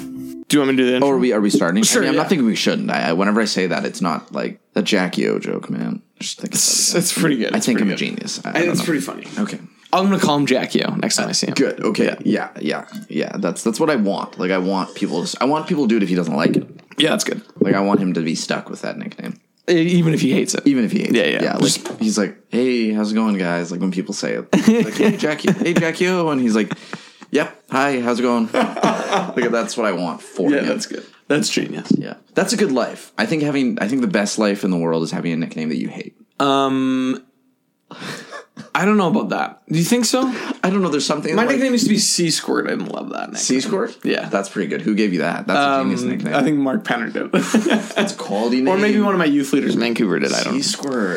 want me to do the intro? Oh, are we are we starting? Sure, I mean, I'm yeah. not thinking we shouldn't. I, I, whenever I say that, it's not like a Jackie O joke, man. Just think about it. It's, it's pretty good. I It's think I'm pretty a good. genius. I, I I, don't it's know. pretty funny. okay. I'm gonna call him Jackio next time I see him. Good. Okay. Yeah. yeah. Yeah. That's that's what I want. Like I want people. To, I want people to do it if he doesn't like it. Yeah, that's good. Like I want him to be stuck with that nickname, E- Even if he hates it. even if he hates. Yeah, it. yeah. yeah. Like Just- he's like, hey, how's it going, guys? Like when people say it, like, hey, Jackie, hey, Jackie, O, and he's like, yep, hi, how's it going? like that's what I want for yeah, him. that's good. That's genius. Yeah, that's a good life. I think having, I think the best life in the world is having a nickname that you hate. I don't know about that. Do you think so? I don't know. There's something. My like, nickname used to be C Squirt. I didn't love that nickname. C Squirt. Yeah. that's pretty good. Who gave you that? That's a genius nickname. Um, I think Mark Penner did. that's a quality name. or maybe one of my youth leaders in Vancouver did. I don't C know.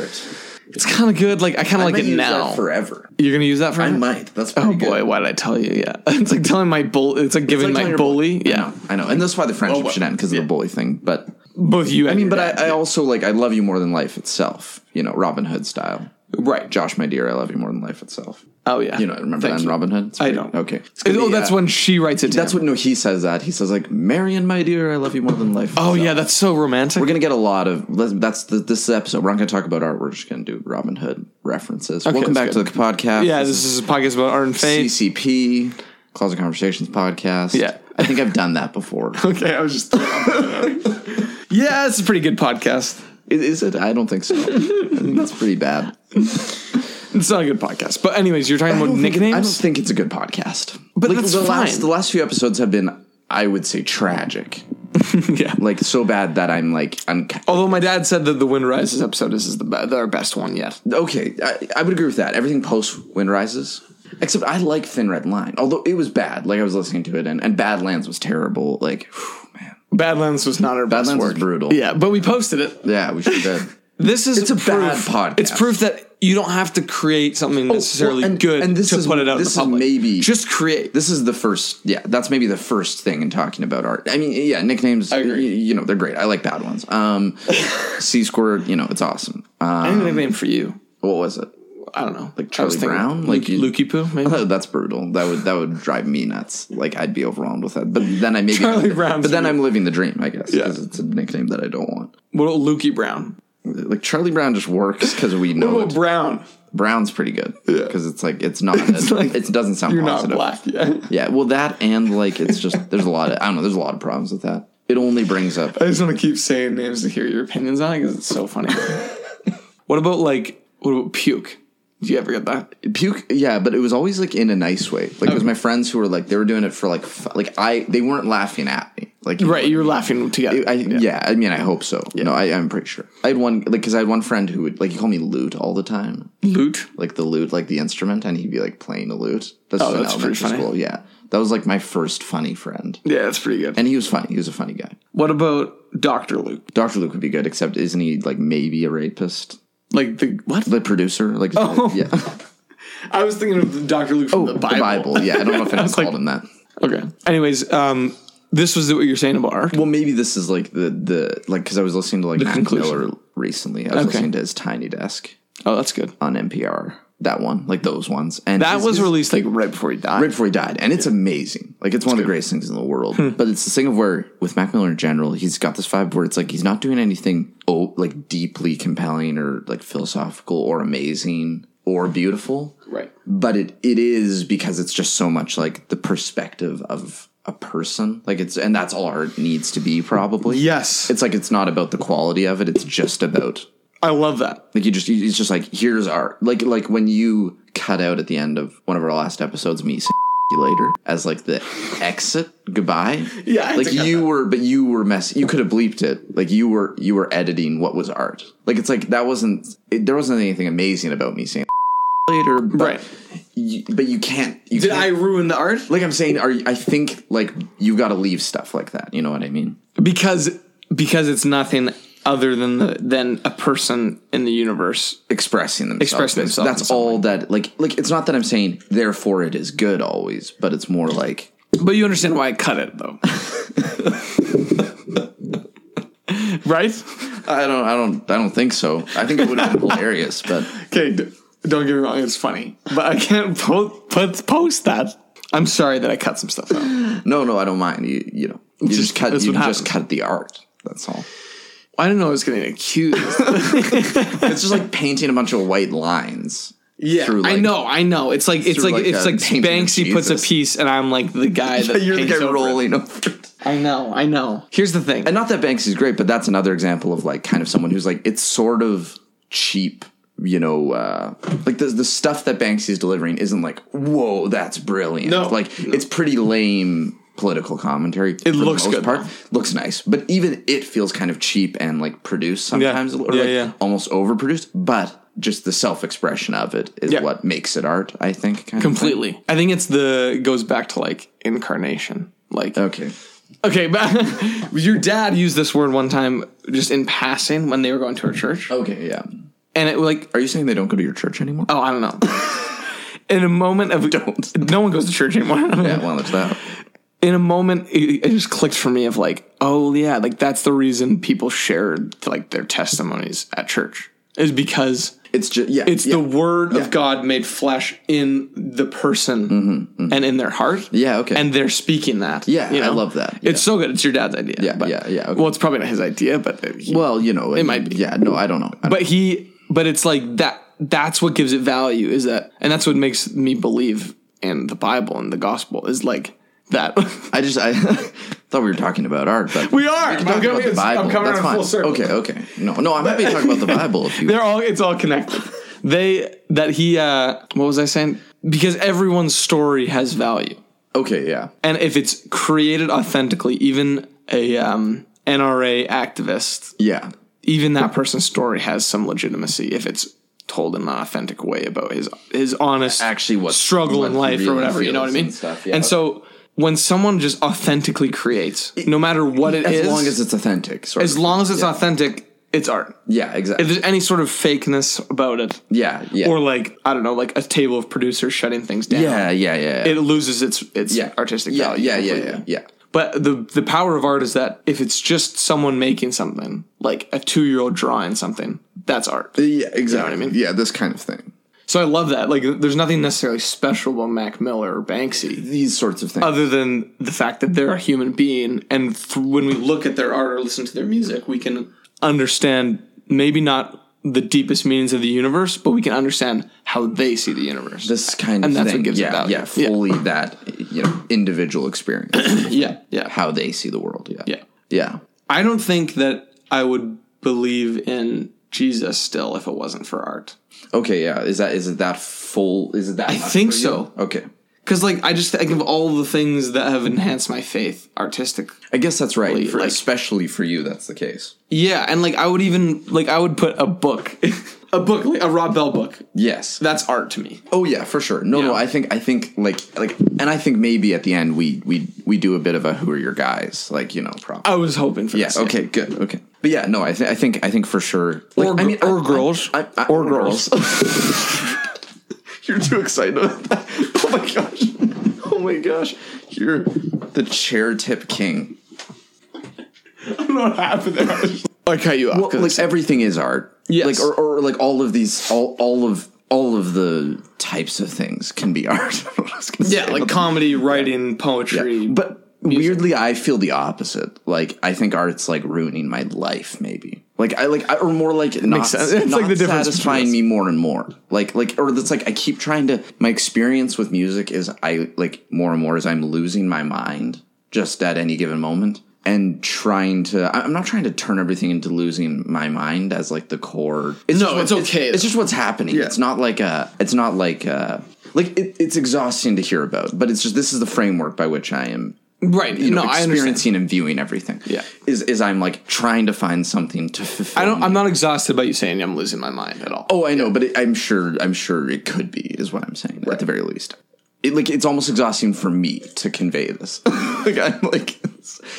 Squirt. It's kind of good. Like I kind of like it now. forever. You're gonna use that for? I me? might. That's Oh pretty good. boy, why did I tell you? Yeah, it's like telling my bull. It's like giving It's like my telling your bully. Yeah, I know, and that's why the friendship Oh, well, should end because yeah. of the bully thing. But both you. And I mean, but I, I also like I love you more than life itself. You know, Robin Hood style. right. Josh, my dear, I love you more than life itself. Oh yeah. You know, remember Thank that in you. Robin Hood? It's I pretty- don't. Okay. oh, that's when she writes it. That's what no, he says that. He says like, Marion, my dear, I love you more than life. Oh itself." yeah, that's so romantic. We're gonna get a lot of let's- that's the, this episode. We're not gonna talk about art. We're just gonna do Robin Hood references. Welcome back that's good. to the podcast. yeah, this is a podcast about art and faith. CCP, Closet Conversations podcast. Yeah. I think I've done that before. Okay, I was just. yeah, it's a pretty good podcast. is, is it? I don't think so. I think that's pretty bad. It's not a good podcast, but anyways, you're talking about I don't nicknames. think it's a good podcast. But that's the fine. last the last few episodes have been, I would say, tragic. yeah. Like so bad that I'm like I'm Although my dad said that the Wind Rises episode is the be- our best one yet. okay. I, I would agree with that. Everything post Wind Rises. Except I like Thin Red Line, although it was bad. Like I was listening to it, and, and Badlands was terrible. Like, whew, man, Badlands was not our best Badlands work. was brutal. Yeah, but we posted it. yeah, we should have. This is It's a bad podcast. It's proof that you don't have to create something necessarily and- good and this to is- put it out this in the public. is maybe- just create. This is the first, yeah, that's maybe the first thing in talking about art. I mean, yeah, nicknames, y- agree. you know, they're great. I like bad ones. Um, C Squirt, you know, it's awesome. Uh, I have a nickname for you. what was it? I don't know, like Charlie Brown? like Like you- Lukey Poo, maybe. Oh, that's brutal. That would that would drive me nuts. Like I'd be overwhelmed with that. But then I maybe, Charlie Brown's but then weird. I'm living the dream, I guess, Yeah. because it's a nickname that I don't want. What about Lukey Brown? Like Charlie Brown just works because we Oh, know it. Brown. Brown's pretty good because it's like it's not a- like, it doesn't sound You're positive. not black. Yeah. Yeah, well, that and like it's just there's a lot of I don't know there's a lot of problems with that. It only brings up I just want to keep saying names to hear your opinions on it because it's so funny. what about like what about puke? Do you ever get that? puke. Yeah, but it was always like in a nice way. Like it was my friends who were like they were doing it for like f- like I they weren't laughing at me. Like Right, you were laughing together. I, yeah. I mean, I hope so. No, I, I'm pretty sure. I had one like because I had one friend who would like he called me lute all the time, Loot. like the lute, like the instrument, and he'd be like playing the lute. That's, Oh, in that's pretty elementary funny. School. Yeah, that was like my first funny friend, Yeah, that's pretty good. and he was funny. He was a funny guy. what about Doctor Luke? Doctor Luke would be good, except isn't he like maybe a rapist? Like the what? The producer, like Oh. yeah. I was thinking of the Doctor Luke from Oh, the, Bible. The Bible. Yeah, I don't know if anyone's like- called him that. Okay. Anyways, um, this was what you're saying about art. Well, maybe this is like the the like because I was listening to like Mac conclusion. Miller recently. I was Okay. listening to his Tiny Desk Oh, that's good. on NPR. That one, like those ones, and That his- was his- released like right before he died. right before he died, and it's amazing. Like it's one of the greatest things in the world. Hmm. But it's this thing of where with Mac Miller in general, he's got this vibe where it's like he's not doing anything oh like deeply compelling or like philosophical or amazing or beautiful. Right. but it it is because it's just so much like the perspective of a person like it's and that's all art needs to be probably Yes, it's like it's not about the quality of it it's just about I love that. like you just it's just like here's art like like when you cut out at the end of one of our last episodes me saying you later as like the exit goodbye Yeah, I had like to cut you were but you were mess you could have bleeped it like you were you were editing what was art like it's like that wasn't it, there wasn't anything amazing about me saying later but Right. you, but you can't. You Did can't. I ruin the art? Like I'm saying, are you- I think like you've got to leave stuff like that. You know what I mean? Because because it's nothing other than the, than a person in the universe. Expressing themselves. Expressing themselves in That's some all that. Like, like it's not that I'm saying therefore it is good always, but it's more like But you understand why I cut it though. right? I don't, I don't, I don't think so. I think it would have been hilarious, but Okay, d- don't get me wrong, it's funny, but I can't po- put post that. I'm sorry that I cut some stuff out. no, no, I don't mind. You, you know, You just, cut. that's You what just happened. cut the art. That's all. I didn't know I was getting accused. It's just like painting a bunch of white lines. yeah, through, I like- know, I know. It's like it's through, like, uh, like, it's a like painting of Banksy puts a Jesus. piece, and I'm like the guy that You're the paints guy over it. rolling over. it. I know, I know. Here's the thing. And not that Banksy's great, but that's another example of like kind of someone who's like it's sort of cheap, you know, uh like the the stuff that Banksy's delivering isn't like, whoa, that's brilliant. No. Like it's pretty lame political commentary. It looks good, though. Looks nice. But even it feels kind of cheap and like produced sometimes or Yeah, like yeah. almost overproduced, but just the self expression of it is Yeah. what makes it art, I think. Kind of thing. completely. I think it's the goes back to like incarnation. Like uh, Okay. okay, but your dad used this word one time just in passing when they were going to our church, Okay, yeah. and it like Are you saying they don't go to your church anymore? oh I don't know. In a moment of Don't. no one goes to church anymore. Yeah, well, there's that. In a moment, it, it just clicked for me of like, oh yeah, like that's the reason people shared like their testimonies at church is because It's just yeah. It's the word of God made flesh in the person and in their heart. Mm-hmm, Yeah, okay. And they're speaking that. Yeah, I love that. It's so good. It's your dad's idea. Yeah, yeah, yeah, okay. Well, it's probably not his idea, but uh, he, Well, you know, it might be. Yeah, no, I don't know. I don't- but he but it's like that that's what gives it value is that and that's what makes me believe in the Bible and the gospel is like that. I just I thought we were talking about art, but we are. can talk I'm, coming, about the Bible. I'm coming That's around fine. full circle. Okay, okay. No, no, I'm happy to talk about the Bible if you. They're all it's all connected. They that he uh what was I saying? Because everyone's story has value. Okay, yeah, and if it's created authentically, even a um, NRA activist, yeah, even that person's story has some legitimacy if it's told in an authentic way about his his honest Actually, what- struggle what in he life or really whatever. You know what I feels mean? and stuff, yeah. And so when someone just authentically creates, no matter what it as is, long as it's authentic. Sort as of. long as it's authentic, it's art. yeah, If exactly. there's any sort of fakeness about it, Yeah, yeah, or like I don't know, like a table of producers shutting things down, yeah, yeah, yeah, it loses its its yeah. artistic yeah, value. Yeah, yeah, completely. yeah, yeah. But the the power of art is that if it's just someone making something, like a two year old drawing something, that's art. Yeah, exactly. I mean? Yeah, this kind of thing. So I love that. Like, there's nothing necessarily special about Mac Miller or Banksy, These sorts of things. other than the fact that they're a human being, and th- when we look at their art or listen to their music, we can understand maybe not the deepest meanings of the universe, but we can understand how they see the universe. this kind of and that's what thing. gives it yeah, value. yeah, Yeah. fully that you know individual experience, yeah, yeah, how they see the world. Yeah, yeah. yeah. I don't think that I would believe in Jesus still if it wasn't for art. Okay, yeah. Is that is it that full? Is it that? I think so. Okay, Because, like, I just think of all the things that have enhanced my faith artistic. I guess that's right. For, like- especially for you, that's the case. Yeah, and, like, I would even, like, I would put a book, a book, like a Rob Bell book. Yes. That's art to me. oh yeah, for sure. No, no. I think I think like like, and I think maybe at the end we we we do a bit of a who are your guys like you know problem. I was hoping for Yeah. this. Okay. Good. Okay. But yeah, no. I think I think I think for sure. Like, Or, I mean, or I- girls. I- I- or girls. You're too excited about that. Oh my gosh. Oh my gosh. You're the chair tip king. I don't know what happened there. I cut you off. Well, like everything is art. Yes. Like or, or like all of these all all of all of the types of things can be art. I don't know what I was gonna yeah, say. like comedy, writing, poetry. but weirdly I feel the opposite. Like I think art's like ruining my life maybe. Like I like I, or more like not, sense. It's not like the difference satisfying between me more and more. Like like or that's like I keep trying to my experience with music is I like more and more is I'm losing my mind just at any given moment and trying to I- I'm not trying to turn everything into losing my mind as like the core. It's No, just what- it's okay, It's, it's just what's happening. It's not like a it's not like a like it, it's exhausting to hear about, but it's just this is the framework by which I am right. you no, know, I understand. experiencing and viewing everything. Yeah. Is is I'm like trying to find something to fulfill. I don't, me. I'm not exhausted by you saying I'm losing my mind at all. oh, I know, but it, I'm sure I'm sure it could be is what I'm saying at the very least. It, like it's almost exhausting for me to convey this. like I'm like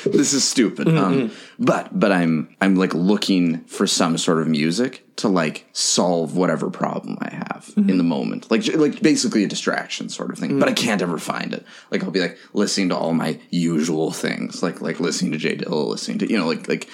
this is stupid. Mm-hmm, Um, but but I'm I'm like looking for some sort of music to like solve whatever problem I have Mm-hmm. in the moment. Like j- like basically a distraction sort of thing. Mm. But I can't ever find it. Like I'll be like listening to all my usual things. Like like listening to J Dill, listening to you know like like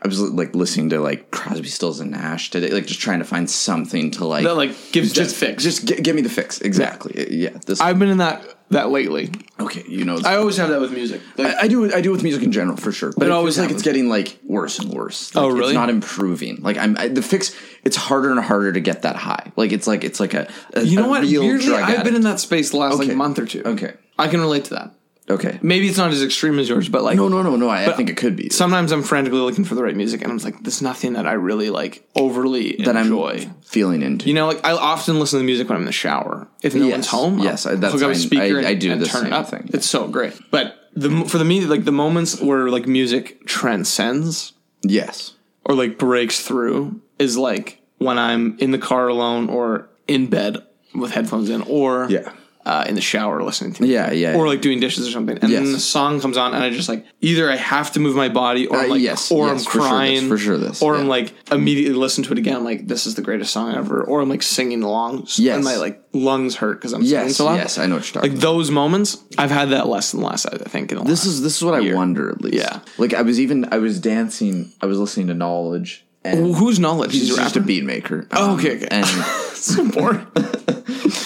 I was like listening to like Crosby, Stills and Nash today. Like just trying to find something to like That, like, gives just fix. Just gi- give me the fix exactly. Yeah. This I've been in that that lately. Okay, you know, I always have that with music. Like, I, I do I do with music in general for sure, but it, always always like happens. it's getting like worse and worse. Like, Oh, really? It's not improving. Like I'm I, the fix. It's harder and harder to get that high. Like it's like it's like a, a you know a what? Real Weirdly, drug I've been in that addict. space the last like Okay. month or two. Okay. I can relate to that. okay. Maybe it's not as extreme as yours, but like No, no, no, no. I, I think it could be sometimes I'm frantically looking for the right music, and I'm just like, there's nothing that I really like overly that I'm enjoy. feeling into. you know, like I often listen to music when I'm in the shower. If no Yes. one's home, I'll Yes, I- that's- hook up a I- speaker I- and, I do and the turn it same up. thing. It's so great. But the m- for the me, like the moments where like music transcends yes. or like breaks through is like when I'm in the car alone or in bed with headphones in or Yeah. uh, in the shower listening to Yeah, yeah, or yeah. like doing dishes or something and then Yes. the song comes on and I just like either I have to move my body or I'm Uh, like yes, or yes, I'm for sure this, crying for sure this, or I'm yeah. like immediately listen to it again I'm like this is the greatest song ever or I'm like singing along s- Yes. and my like lungs hurt because I'm singing Yes. so loud yes. I know what you're talking. like those moments I've had that less than last I think in a This is this is what I wonder at least. Yeah. Like I was even I was dancing. I was listening to Knowledge. And while. whose knowledge He's is just rapper a beat maker. Oh, okay, okay. And so boring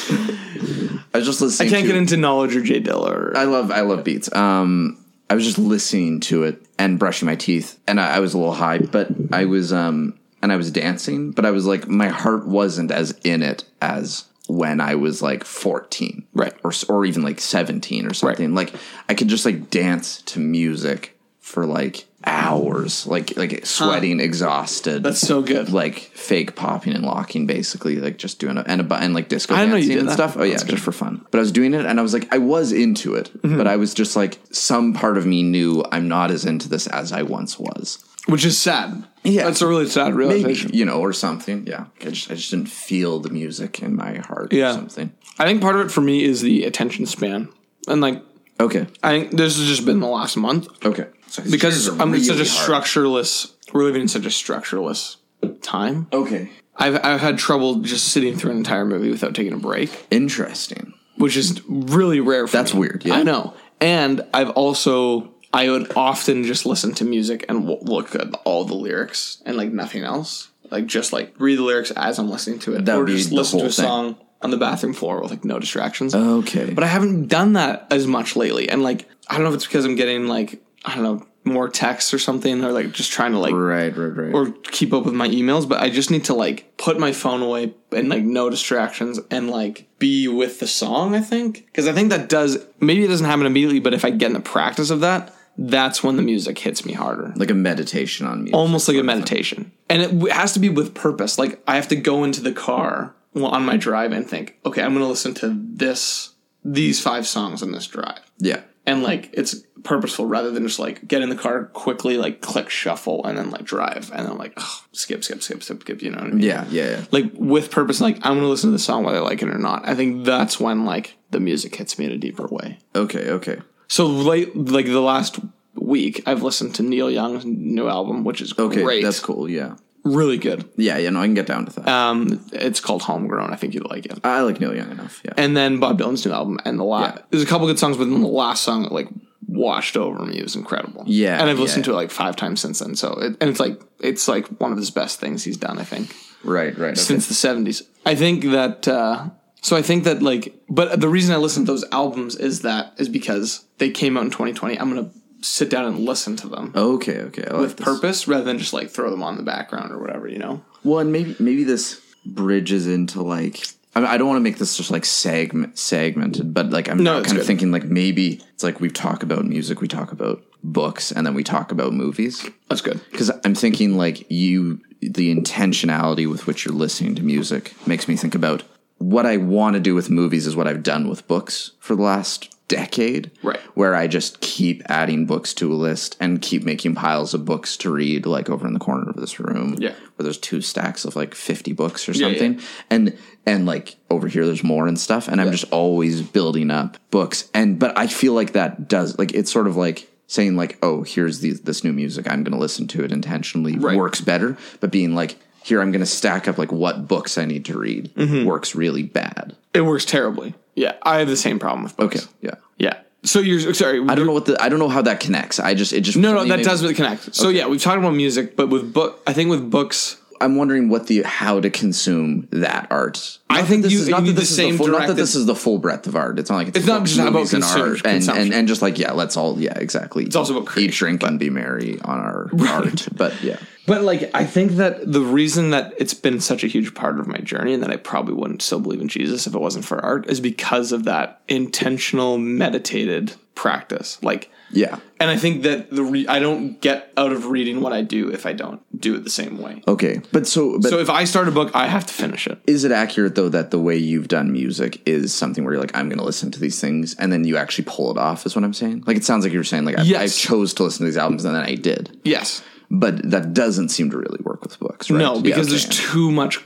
I was just listening. I can't to, get into knowledge or J Dill or I love I love beats. Um, I was just listening to it and brushing my teeth, and I, I was a little high, but I was um and I was dancing, but I was like my heart wasn't as in it as when I was like fourteen, Right. or s- or even like seventeen or something. Like I could just like dance to music for like hours, like like sweating, exhausted. that's so good like fake popping and locking, basically, like just doing a, and a bu- and like disco didn't know you dancing did and that. stuff. Oh yeah, just for fun. But I was doing it, and I was like, I was into it, Mm-hmm. but I was just like, some part of me knew I'm not as into this as I once was. which is sad. Yeah. that's a really sad Maybe realization. you know, or something. Yeah, I just, I just didn't feel the music in my heart. Yeah. or something. I think part of it for me is the attention span, and like Okay, I think this has just been the last month okay. So his because cheers are I'm in such a really hard. structureless. We're living in such a structureless time. Okay, I've I've had trouble just sitting through an entire movie without taking a break, interesting. which is really rare. For That's me. weird, yeah. I know, and I've also. I would often just listen to music and w- look at all the lyrics and like nothing else. Like just like read the lyrics as I'm listening to it, That or would be just the listen to a whole thing. Oh, song on the bathroom floor with like no distractions. Okay, But I haven't done that as much lately. And like, I don't know if it's because I'm getting like, I don't know, more texts or something, or like just trying to like, right, right, right. or keep up with my emails. But I just need to like put my phone away and like no distractions and like be with the song, I think. Cause I think that does, maybe it doesn't happen immediately, but if I get in the practice of that, that's when the music hits me harder. like a meditation on music. Almost like a meditation. And it w- has to be with purpose. Like, I have to go into the car while on my drive and think, okay, I'm going to listen to this, these five songs on this drive yeah, and like it's purposeful rather than just like get in the car quickly, like click shuffle and then like drive and then like ugh, skip, skip, skip, skip, skip. You know what I mean? yeah, yeah, yeah. Like with purpose, like I'm gonna listen to the song whether I like it or not. I think that's when like the music hits me in a deeper way. Okay, okay. So late, like the last week, I've listened to Neil Young's new album, which is Okay, great. that's cool. Yeah, really good. yeah, yeah. No, I can get down to that. Um, it's called Homegrown. I think you'd like it. I like Neil Young enough. Yeah. And then Bob Dylan's new album, and the last Yeah. there's a couple good songs, but then the last song that like washed over me. It was incredible. Yeah, and I've yeah. listened to it like five times since then. So it, and it's like it's like one of his best things he's done. I think right, right. Okay. since the '70s. I think that uh, so I think that like, but the reason I listen to those albums is that is because they came out in 2020. I'm gonna sit down and listen to them. Okay, okay. I like With Oh, this. purpose, rather than just like throw them on in the background or whatever, you know. Well, and maybe maybe this bridges into like I, mean, I don't want to make this just like segment segmented, but like I'm No, now it's kind good. of thinking like maybe it's like we talk about music, we talk about books, and then we talk about movies. That's good. Because I'm thinking like you, the intentionality with which you're listening to music makes me think about what I want to do with movies is what I've done with books for the last decade. Right. Where I just keep adding books to a list and keep making piles of books to read, like over in the corner of this room. Yeah. Where there's two stacks of like 50 books or Yeah, yeah. something. And, and like over here, there's more and stuff. And I'm just always building up books. And, but I feel like that does, like, it's sort of like, saying like, "Oh, here's these this new music. I'm going to listen to it intentionally." Right. Works better, but being like, "Here, I'm going to stack up like what books I need to read." Mm-hmm. Works really bad. It works terribly. Yeah, I have the same problem with books. Okay, yeah. Yeah. So you're sorry. I don't know what the I don't know how that connects. I just it just No, no, that does really connect. So yeah, we've talked about music, but with book, I think with books, I'm wondering what the how to consume that art. I think this you, is not you that need the this same is the full, not that directed- this is the full breadth of art. It's not like it's, It's not about just about movies and consumer- art and, and consumption. and just like yeah, let's all yeah exactly. It's also about eat, creation, drink, and be merry on our art. But yeah, But like, I think that the reason that it's been such a huge part of my journey, and that I probably wouldn't still believe in Jesus if it wasn't for art, is because of that intentional, meditated practice. Like, yeah. and I think that the re- I don't get out of reading what I do if I don't do it the same way. Okay, but so but So if I start a book, I have to finish it. is it accurate though that the way you've done music is something where you're like I'm going to listen to these things and then you actually pull it off? Is what I'm saying. Like it sounds like you're saying like I, Yes. I chose to listen to these albums and then I did, Yes. but that doesn't seem to really work with books, right? No, Yeah, because okay. there's too much,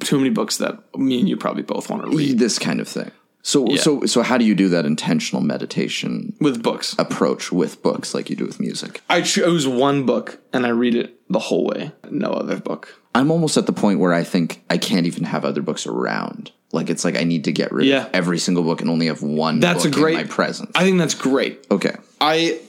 too many books that me and you probably both want to read this kind of thing. So so so how do you do that intentional meditation with books. approach with books like you do with music? I chose one book and I read it the whole way. No other book. I'm almost at the point where I think I can't even have other books around. Like it's like I need to get rid Yeah. of every single book and only have one That's book a great in my presence. I think that's great. okay. I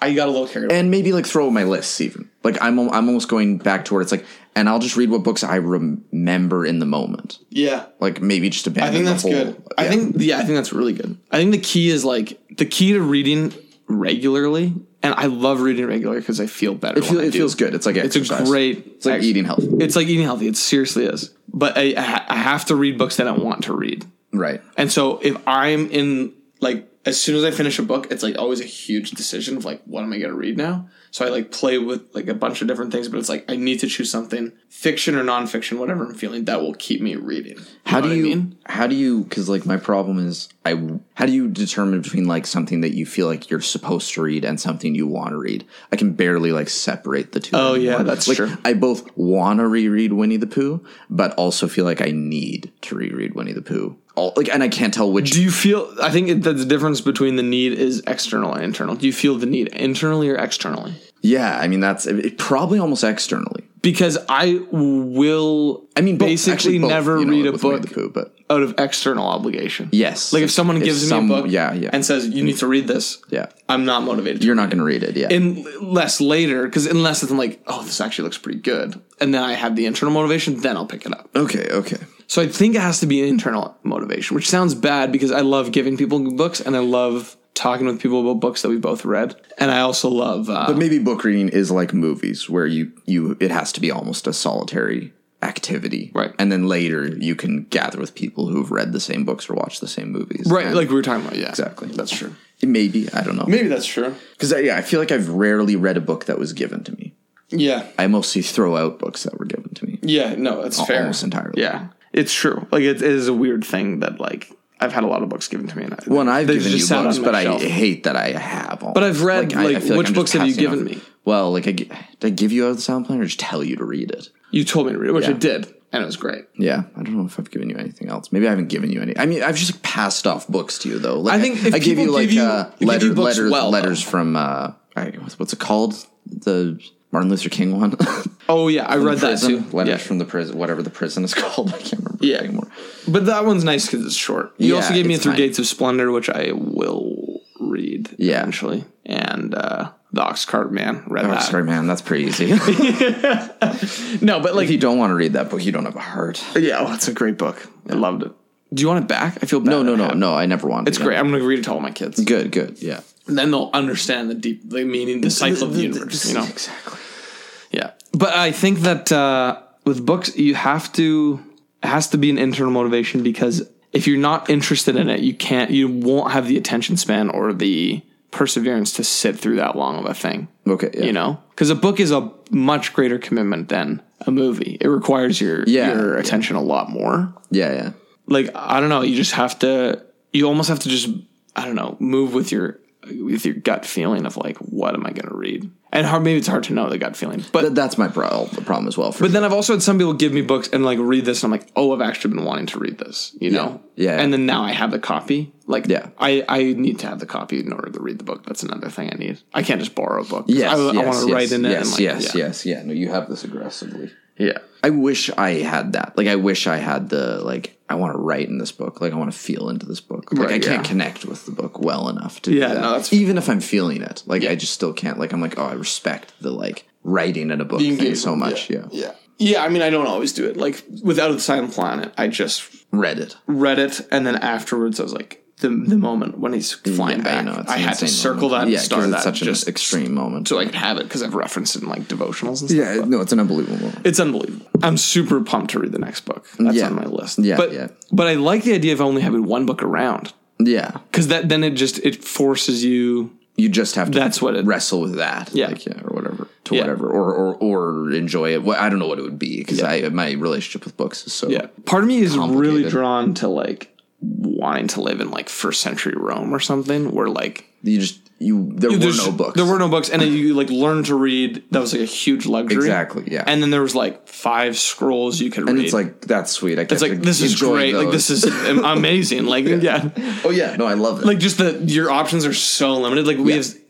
I got a little carried away. And maybe like throw my lists even. Like I'm al- I'm almost going back to where it's like and I'll just read what books I remember in the moment. Yeah. Like maybe just abandon I think the that's whole, good. I yeah. think yeah, I think that's really good. I think the key is like the key to reading regularly and I love reading regularly because I feel better. it, feel, when I it do. feels good. It's like it's a exercise. great It's like eating health. It's like eating healthy. It seriously is. But I, I ha- I have to read books that I want to read. Right. And so if I'm in like as soon as I finish a book, it's like always a huge decision of like what am I gonna read now? So I like play with like a bunch of different things, but it's like I need to choose something, fiction or nonfiction, whatever I'm feeling, that will keep me reading. How do know you? what I mean? How do you? Because like my problem is, I how do you determine between like something that you feel like you're supposed to read and something you want to read? I can barely like separate the two. Oh, yeah, that's like, true. I both want to reread Winnie the Pooh, but also feel like I need to reread Winnie the Pooh. All like, and I can't tell which. Do you feel? I think it, the difference between the need is external and internal. Do you feel the need internally or externally? yeah, I mean that's it, it probably almost externally. Because I will. I mean, both, basically actually both, never you know, read a with Winnie book the Pooh, but out of external obligation. yes, Like if someone gives some- me a book, yeah, yeah, and says you need to read this, yeah, I'm not motivated. you're not going to read it, yeah. unless later, because unless it's like, oh, this actually looks pretty good, and then I have the internal motivation, then I'll pick it up. okay, okay. So I think it has to be an internal motivation, which sounds bad because I love giving people books and I love talking with people about books that we both read, and I also love. Uh, But maybe book reading is like movies where you you it has to be almost a solitary activity. Right. And then later you can gather with people who've read the same books or watched the same movies. Right, And like we were talking about, yeah, Exactly. That's true. maybe, I don't know. Maybe that's true. Cuz yeah, I feel like I've rarely read a book that was given to me. Yeah, I mostly throw out books that were given to me yeah. No, that's fair. almost entirely. Yeah, it's true. Like it, it is a weird thing that like I've had a lot of books given to me, and I, Well, and I've they given just you sat on books, my but shelf. I hate that I have. All I've read, like, which just books have you passing given off- me? Well, like I, gi- did I give you out of the sound plan or just tell you to read it? you told me to read, it, which I Yeah. did, and it was great. Yeah, I don't know if I've given you anything else. Maybe I haven't given you any. I mean, I've just like, passed off books to you though. Like, I think if I gave people you like give you- uh, give you letter, books letters, well, letters from uh, I, what's- what's it called? The Martin Luther King one. Oh yeah, I read that too. prison. Letters Yeah. from the prison, whatever the prison is called. I can't remember Yeah. anymore. But that one's nice because it's short. You Yeah, also gave me it's Through fine. Gates of Splendor, which I will read Yeah. eventually. And uh, The Oxcart Man, read Oh, that. sorry, man, that's pretty easy. if No, but like, you don't want to read that book, you don't have a heart. yeah, well, it's a great book. I loved it. Do you want it back? I feel bad. No, that I no, no, have it. no. I never wanted. It's great. I'm going to read it to all my kids. Good, good. Yeah. And then they'll understand the deep, the meaning, the cycle of the universe, you know? Exactly. Yeah. But I think that uh, with books, you have to, it has to be an internal motivation because if you're not interested in it, you can't, you won't have the attention span or the perseverance to sit through that long of a thing. Okay. Yeah. You know? Because a book is a much greater commitment than a movie. It requires your Yeah. your attention a lot more. Yeah, yeah. Like I don't know, you just have to you almost have to just I don't know, move with your with your gut feeling of like what am I going to read? And hard, maybe it's hard to know the gut feeling. But Th- That's my problem. The problem as well. For but then I've also had some people give me books and like read this, and I'm like, oh, I've actually been wanting to read this, you know? Yeah. And then now I have the copy. Like, Yeah. I I need to have the copy in order to read the book. That's another thing I need. I can't just borrow a book. 'Cause Yes, I, yes, want to yes, write in it. Yes, and like, yes, yeah. yes, yeah. No, you have this aggressively. Yeah. I wish I had that. Like, I wish I had the like. I want to write in this book. Like, I want to feel into this book. Like, Right, I yeah. can't connect with the book well enough to. Yeah, do that. no, that's- even if I'm feeling it. Like, I just still can't. Like, I'm like, oh, I respect the like writing in a book thing so much. Yeah. Yeah. Yeah. I mean, I don't always do it. Like, without the Silent Planet, I just Reddit. read it, and then afterwards I was like, the, the moment when he's flying I back, know, it's I, an had to insane circle moment. that Yeah, and star 'cause that it's such just an e- extreme moment. to like have it because I've referenced it in like devotionals and stuff. yeah, no, it's an unbelievable moment. It's unbelievable. I'm super pumped to read the next book. That's Yeah. on my list. Yeah, but yeah. but I like the idea of only having one book around Yeah, because that then it just it forces you. you just have to That's what it. wrestle with that. Yeah. like, yeah, or whatever to whatever, or or or enjoy it. Well, I don't know what it would be because I my relationship with books is so Yeah, part of me is really Complicated. drawn to like wanting to live in like first century Rome or something where like you just you there were there's- no books. There were no books, and then you like learned to read. That was like a huge luxury. Exactly, yeah. And then there was like five scrolls you could and read. it's like that's sweet. I it's like this is great. Like this is am- amazing. Like yeah. oh yeah, no, I love it. like just the your options are so limited. Like we have This is- it's-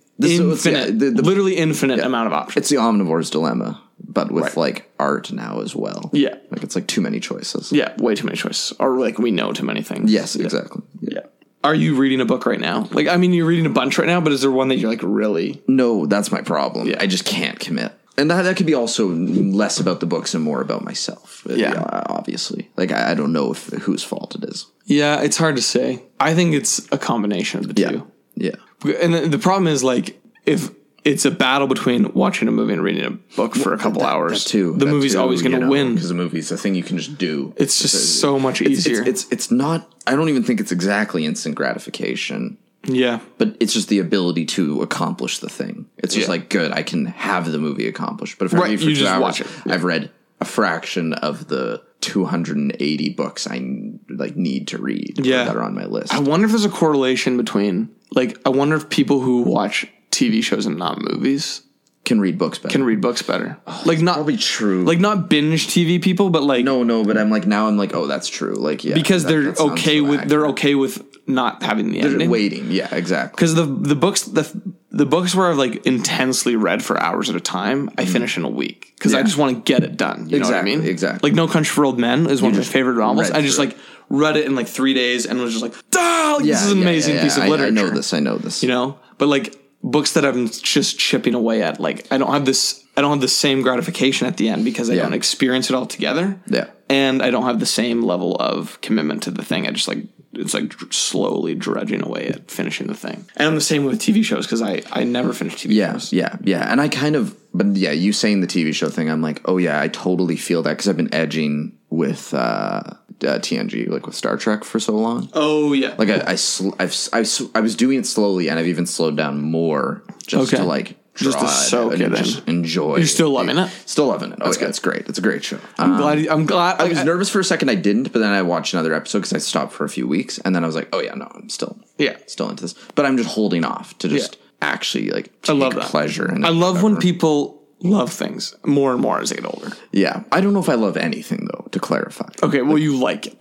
infinite, yeah, the- the- literally infinite amount of options. it's the omnivore's dilemma, but with like art now as well. Yeah. like it's like too many choices. yeah, way too many choices, or like we know too many things. Yes, exactly. yeah. Are you reading a book right now? Like, I mean, you're reading a bunch right now, but is there one that you're like really? No, that's my problem. I just can't commit. And that, that could be also less about the books and more about myself. uh, Yeah. obviously. Like I, I don't know if whose fault it is. Yeah, it's hard to say. I think it's a combination of the two. yeah, And the, the problem is like if it's a battle between watching a movie and reading a book for a couple hours, too. the movie's always going to win. because the movie's the thing you can just do. It's just so much easier. it's, it's it's not. I don't even think it's exactly instant gratification. yeah, But it's just the ability to accomplish the thing. It's just Yeah. like good. I can have the movie accomplished. But if Right, I read for you two just hours, watch it. I've read a fraction of the 280 books I like need to read. or Yeah. that are on my list. I wonder if there's a correlation between like I wonder if people who watch TV shows and not movies can read books better. can read books better. Like not Oh, probably true. like not binge TV people, but like no, no. But I'm like now. I'm like oh, that's true. Like yeah, because that- they're that sounds okay so with accurate. they're okay with not having the ending. waiting. Yeah, exactly. because the the books the the books where I've like intensely read for hours at a time, I finish in a week because I Mm-hmm. Yeah. just want to get it done. You know what I Exactly, mean? exactly. Like No Country for Old Men is one of my favorite novels. read I just through like read it in like three days and was just like, ah, like, Yeah, this is an yeah, yeah, amazing yeah. piece of I- literature. I, know this. I know this. You know, but like books that I'm just chipping away at, like I don't have this. I don't have the same gratification at the end because I don't experience it all together. Yeah. And I don't have the same level of commitment to the thing. I just like it's like dr- slowly drudging away at finishing the thing. And I'm the same with TV shows because I I never finish TV Yeah, shows. yeah, yeah. And I kind of, but yeah, you saying the TV show thing, I'm like, oh yeah, I totally feel that because I've been edging with uh, uh, TNG, like with Star Trek for so long. Oh yeah. Like I, I, sl- I've, s- I've, si was doing it slowly, and I've even slowed down more just Okay. to like draw Just to soak it out and it in. just enjoy. You're still loving it? Still loving it. Oh yeah, it's great. It's a great show. Um, I'm glad. I'm glad. I was nervous for a second. I didn't, but then I watched another episode because I stopped for a few weeks, and then I was like, "Oh yeah, no, I'm still, Yeah. still into this." But I'm just holding off to just actually like take love that. pleasure. In I it, love whatever. when people love things more and more as they get older. Yeah, I don't know if I love anything though. To clarify, Okay, well you like it.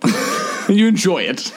you enjoy it.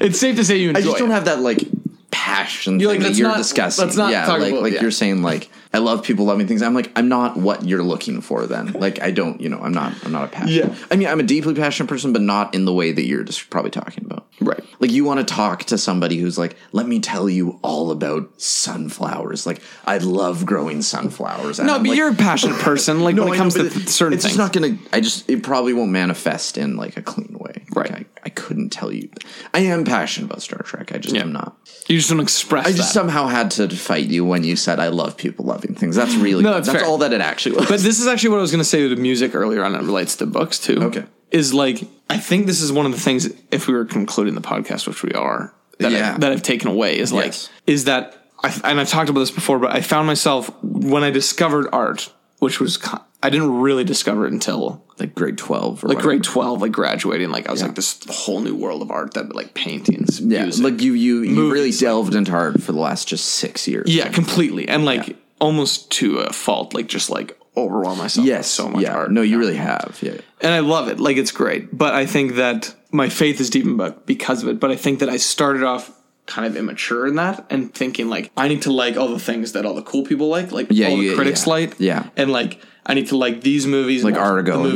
It's safe to say you enjoy I just it. don't have that like passion like, thing that let's you're not- discussing. let's not yeah, talk like, about- like yeah. you're saying like I love people loving things. I'm like I'm not what you're looking for. Then like I don't, you know, I'm not, I'm not a passion. Yeah. I mean, I'm a deeply passionate person, but not in the way that you're just probably talking about. Right. Like you want to talk to somebody who's like, let me tell you all about sunflowers. Like I love growing sunflowers. And No, I'm but like, you're a passionate person. Like No, when I it know, comes but to certain it's things, just not gonna. I just it probably won't manifest in like a clean way. Like, Right. I, I couldn't tell you. I am passionate about Star Trek. I just am not. you just don't express. I just somehow had to fight you when you said I love people loving things. That's really No, it's that's fair. all that it actually was. But this is actually what I was going to say to music earlier on. It relates to books too. Okay. Is like I think this is one of the things if we were concluding the podcast, which we are, that Yeah. I, that I've taken away is like Yes. is that I, and I've talked about this before, but I found myself when I discovered art, which was ki- I didn't really discover it until like grade twelve or like grade twelve, like graduating. Like I was like this whole new world of art that like paintings, Yeah, music, like you you you really delved into art for the last just six years. Yeah, completely. And like almost to a fault, like just like overwhelm myself Yes, with so much yeah. art. No, you really have. Yeah, And I love it. Like it's great. But I think that my faith is deepened bu- because of it. But I think that I started off kind of immature in that and thinking like I need to like all the things that all the cool people like, like Yeah, all the yeah, critics yeah. like. Yeah. And like I need to like these movies like Argo and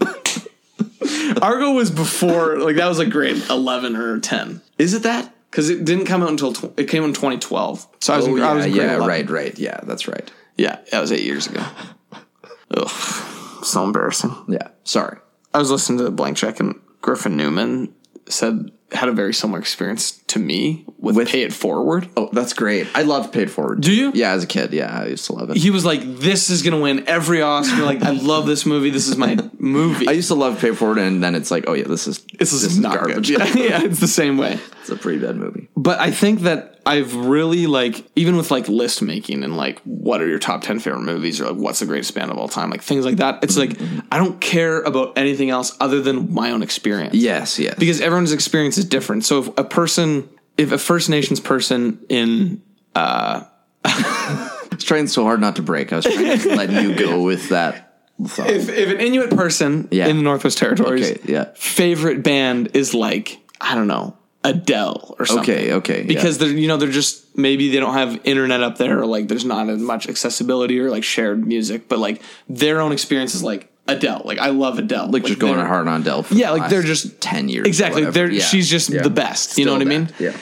like Argo was before like that was like grade 11 or 10 is it that? cuz it didn't come out until tw- it came out in 2012. So I was in, Oh, I was yeah, in grade yeah, 11. right, right. Yeah, that's right. Yeah, that was eight years ago. Ugh, so embarrassing. Yeah, sorry. I was listening to the blank check and Griffin Newman said had a very similar experience to me with, Pay It Forward. Oh, that's great. I love Paid Forward. Do you? Yeah, as a kid. Yeah, I used to love it. He was like, "This is gonna win every Oscar. Like, I love this movie. This is my movie. I used to love Paid Forward, and then it's like, oh yeah, this is this is not garbage. good. Yeah, yeah, it's the same way. It's a pretty bad movie. But I think that I've really like even with like list making and like what are your top 10 favorite movies or like what's the greatest band of all time like things like that it's like I don't care about anything else other than my own experience. Yes, yes. Because everyone's experience is different. So if a person if a First Nations person in I was trying so hard not to break. I was trying to let you go with that. thought. if, if an Inuit person Yeah. in the Northwest Territories Okay, yeah. favorite band is like I don't know Adele or something. Okay, okay, yeah. Because they're you know they're just maybe they don't have internet up there or like there's not as much accessibility or like shared music, but like their own experience is like Adele. Like I love Adele. Like, just going they're- hard on Delph. for Yeah, the like, they're last just- ten years. or Exactly. whatever. They're, Yeah. She's just Yeah. the best. You know what Still I mean? that. Yeah.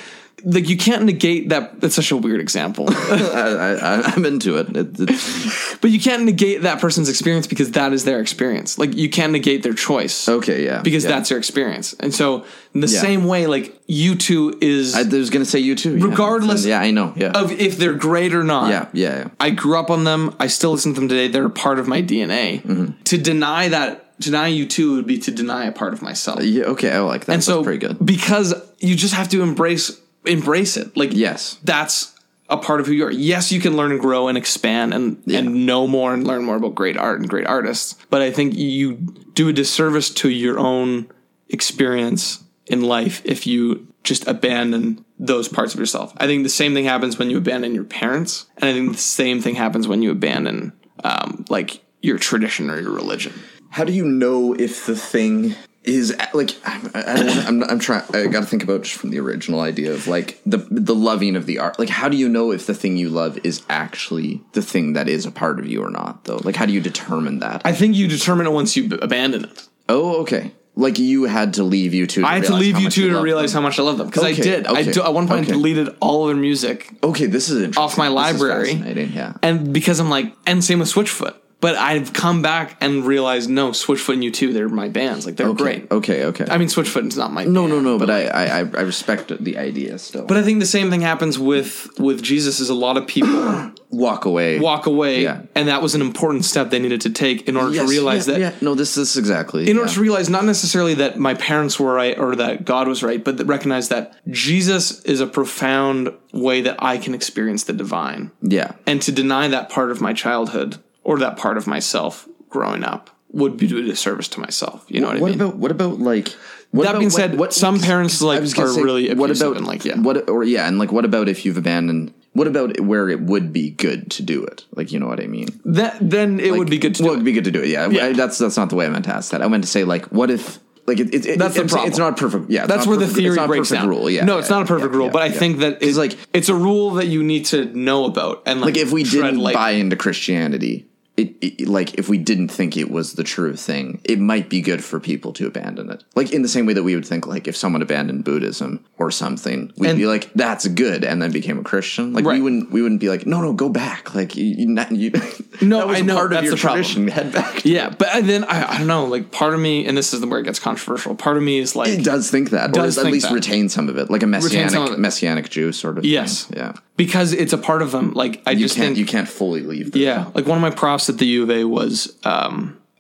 Like you can't negate that. That's such a weird example. I, I, I'm into it. It- it's- But you can't negate that person's experience because that is their experience. Like you can't negate their choice. okay, yeah. Because yeah. that's their experience. And so in the same way, like you two is I was gonna say you too. yeah. Regardless Yeah, I know. Yeah. of if they're great or not. yeah, yeah, yeah. I grew up on them. I still listen to them today. They're a part of my DNA. Mm-hmm. To deny that, deny you two would be to deny a part of myself. Yeah, okay, I like that. and so that's pretty good. because you just have to embrace embrace it. Like Yes. that's a part of who you are. Yes, you can learn and grow and expand and and know more and learn more about great art and great artists. But I think you do a disservice to your own experience in life if you just abandon those parts of yourself. I think the same thing happens when you abandon your parents, and I think the same thing happens when you abandon um, like your tradition or your religion. How do you know if the thing is like I, I don't wanna, I'm, I'm trying. I got to think about just from the original idea of like the the loving of the art. Like, how do you know if the thing you love is actually the thing that is a part of you or not? Though, like, how do you determine that? I think you determine it once you b- abandon it. oh, okay. Like you had to leave you two. I had to leave you two to realize how much I love them because I Okay, did. I okay, do, at one point okay. I deleted all of their music, Okay, this is interesting. Off my This is library. fascinating. Yeah. and because I'm like, and same with Switchfoot. But I've come back and realized no, Switchfoot and you two, they're my bands. Like they're okay, great. Okay. Okay. I mean, Switchfoot is not my no, no, no. But, I, I, I I respect the idea still. But I think the same thing happens with with Jesus. Is a lot of people walk away. walk away, Yeah. and that was an important step they needed to take in order Yes, to realize yeah, that yeah. No, this is exactly. in order to realize not necessarily that my parents were right or that God was right, but that recognize that Jesus is a profound way that I can experience the divine. yeah. And to deny that part of my childhood or that part of myself growing up would be a disservice to myself. You know what, What I mean? about what about like what that about being what- said, what- some parents I like was are gonna say, really abusive what about and like yeah. what or yeah and like what about if you've abandoned what about where it would be good to do it like you know what I mean that then it would be good to well do. it'd be good to do it yeah, I- Yeah. that's that's not the way I meant to ask that I meant to say like what if like it, it, it- That's the it's, problem. it's not perfect yeah it's That's not where the perfect- it's theory not breaks perfect down. rule yeah no, it's yeah, not a perfect yeah, rule, yeah, but I yeah. think that it's like- like it's a rule that you need to know about. And like, like if we tread didn't lightly. buy into Christianity. It, it, like if we didn't think it was the true thing, it might be good for people to abandon it. Like in the same way that we would think, like if someone abandoned Buddhism or something, we'd And- be like, "That's good," and then became a Christian. Like we Right. wouldn't, we wouldn't be like, "No, no, go back." Like you, you, not, you No, that was I know, part of that's your the problem. tradition. Head back. Yeah, but and then I, I don't know. Like, part of me, and this is where it gets controversial. Part of me is like, It does think that, Does or at think least that. retain some of it, like a some of messianic, it. messianic Jew sort of. Yes. thing. yeah. because it's a part of them. Like, I You just can't, think, you can't fully leave. Them. yeah. Like one of my profs at the U of A was, um,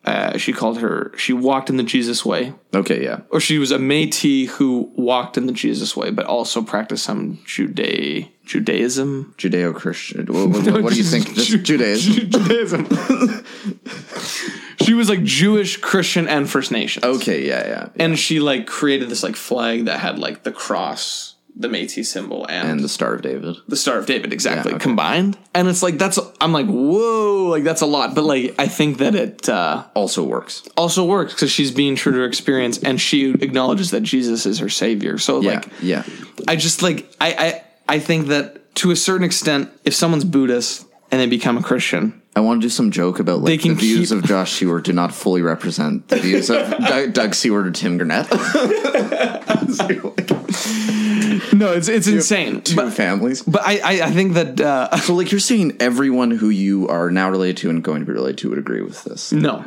uh, she called her. She walked in the Jesus way, Okay. Yeah. or she was a Métis who walked in the Jesus way, but also practiced some Juda Judaism. Judeo-Christian. What, what- what do you think? Just Judaism. Judaism. she was like Jewish, Christian, and First Nations. Okay, yeah, yeah. and she like created this like flag that had like the cross, the Métis symbol, and, and the Star of David. the Star of David exactly Yeah, okay. combined. And it's like that's I'm like whoa, like that's a lot. But like I think that it uh, Also works. also works because she's being true to her experience and she acknowledges that Jesus is her savior. So Yeah, like yeah. I just like I, I I think that to a certain extent, if someone's Buddhist and they become a Christian, I want to do some joke about like can the views keep- of Josh Seward do not fully represent the views of Doug, Doug Seward or Tim Gurnett. no, it's it's insane. Two But families. but I I, I think that uh, So like you're Mm. saying everyone who you are now related to and going to be related to would agree with this. no,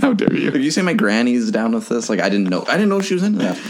How dare If you? you say my granny's down with this, like I didn't know, I didn't know she was into that.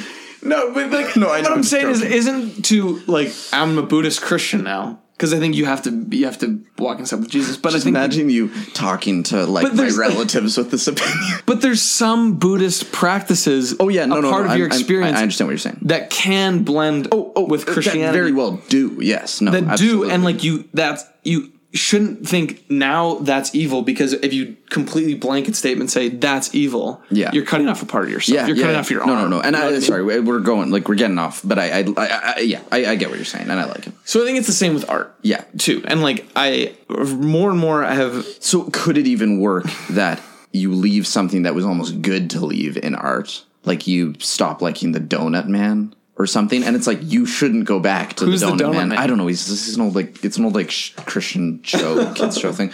No, but like, No, I what know, I'm I'm saying is, joking. isn't to like, I'm a Buddhist Christian now because I think you have to you have to walk in step with Jesus. But I think, Imagine you talking to like But my there's- relatives with this opinion. but there's some Buddhist practices. Oh yeah, no, a no, part no, of your I'm- I'm- experience I understand what you're saying. that can blend. Oh, oh, with uh, That Christianity very well do. Yes, no, that do absolutely. and like you that's you shouldn't think now that's evil because if you completely blanket statement say that's evil Yeah. you're cutting off a part of yourself yeah, you're yeah, cutting yeah. off your no, arm No, no, And You know what I, I mean? sorry, we- we're going like we're getting off, but I, I, I, I yeah, I, I get what you're saying, and I like it. so i think it's the same with art Yeah. too and like i more and more i have So could it even work that you leave something that was almost good to leave in art, like you stop liking the Donut Man or something, and it's like you shouldn't go back to Who's the the, donut, Donut man. Man? I don't know. He's this is an old like it's an old like sh- Christian show, kids show thing.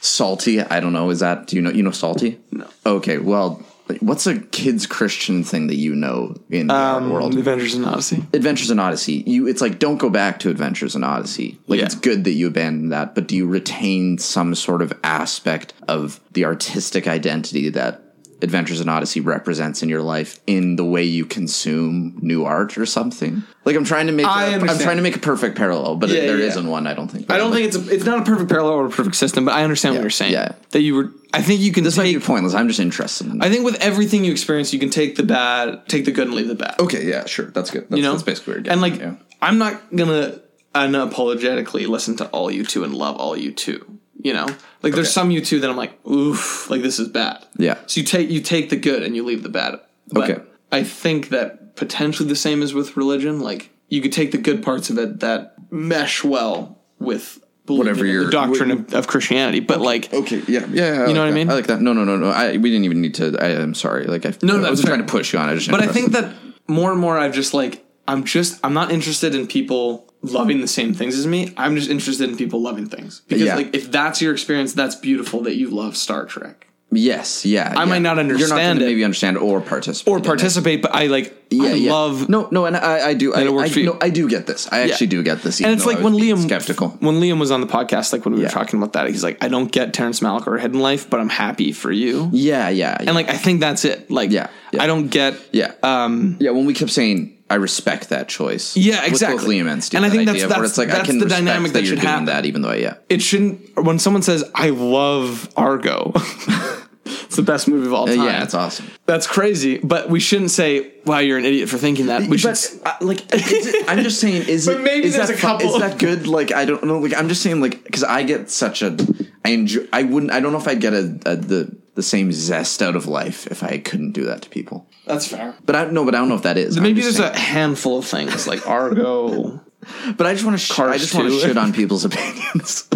Salty, I don't know. Is that do you know you know Salty? No. Okay, well. What's a kids Christian thing that you know in the art world? the avengers and odyssey Adventures in Odyssey, you it's like don't go back to Adventures in Odyssey. Like Yeah. it's good that you abandon that, but do you retain some sort of aspect of the artistic identity that Adventures in Odyssey represents in your life in the way you consume new art or something? Like I'm trying to make I i I'm understand. trying to make a perfect parallel, but Yeah, there yeah. not one, I don't think. i don't think it's a, it's not a perfect parallel or a perfect system but i understand what you're saying yeah. that you were i think you can this might take be pointless. I'm just interested in i think with everything you experience you can take the bad take the good and leave the bad Okay, yeah, sure. That's good. That's, you know that's basically weird. and like i'm not gonna unapologetically listen to all you two and love all you two you know like there's Okay. some you two that i'm like oof like this is bad Yeah. so you take you take the good and you leave the bad But Okay. i think that potentially the same is with religion like you could take the good parts of it that mesh well with believing Whatever in your- the doctrine of, of christianity but like Okay. Yeah. Yeah. you know what I mean? I like that. No. No. No. No. I, we didn't even need to. I, I'm sorry. Like I. No, I that's wasn't fair. trying to push you on. I just. But I think that more and more I've just like I'm just I'm not interested in people loving the same things as me. I'm just interested in people loving things. Because Yeah. like if that's your experience, that's beautiful that you love Star Trek. Yes. Yeah. I might not You're not understand gonna it. maybe understand or participate. Or in it. participate, but I like I love No. No. And I. I do. I, it works I, for you. no, I do get this. I actually do get this. even and it's though like I when was being Liam skeptical. when Liam was on the podcast, like when we Yeah. were talking about that, he's like, I don't get Terrence Malick or Hidden Life, but I'm happy for you. Yeah. Yeah. And like I think that's it. Like Yeah, yeah. I don't get yeah. um yeah. When we kept saying. I respect that choice. Yeah, With both exactly. Liam and Steve. And I that think that's- idea of where that's- it's like, I that's can the respect dynamic that, that you're should doing happen. that, even though, yeah, it shouldn't when someone says, I love Argo. it's the best movie of all time. yeah, it's awesome. That's crazy, but we shouldn't say, "Wow, you're an idiot for thinking that." We should. s- uh, like is it, I'm just saying is But it maybe is there's that a fu- couple. is that good like I don't know like I'm just saying like cuz I get such a I enjoy I wouldn't I don't know if I'd get a, a the the same zest out of life if I couldn't do that to people. That's fair. But I no but I don't know if that is. I'm Maybe just there's saying. a handful of things like Argo. But I just want to sh- I Cars just want to too. shit on people's opinions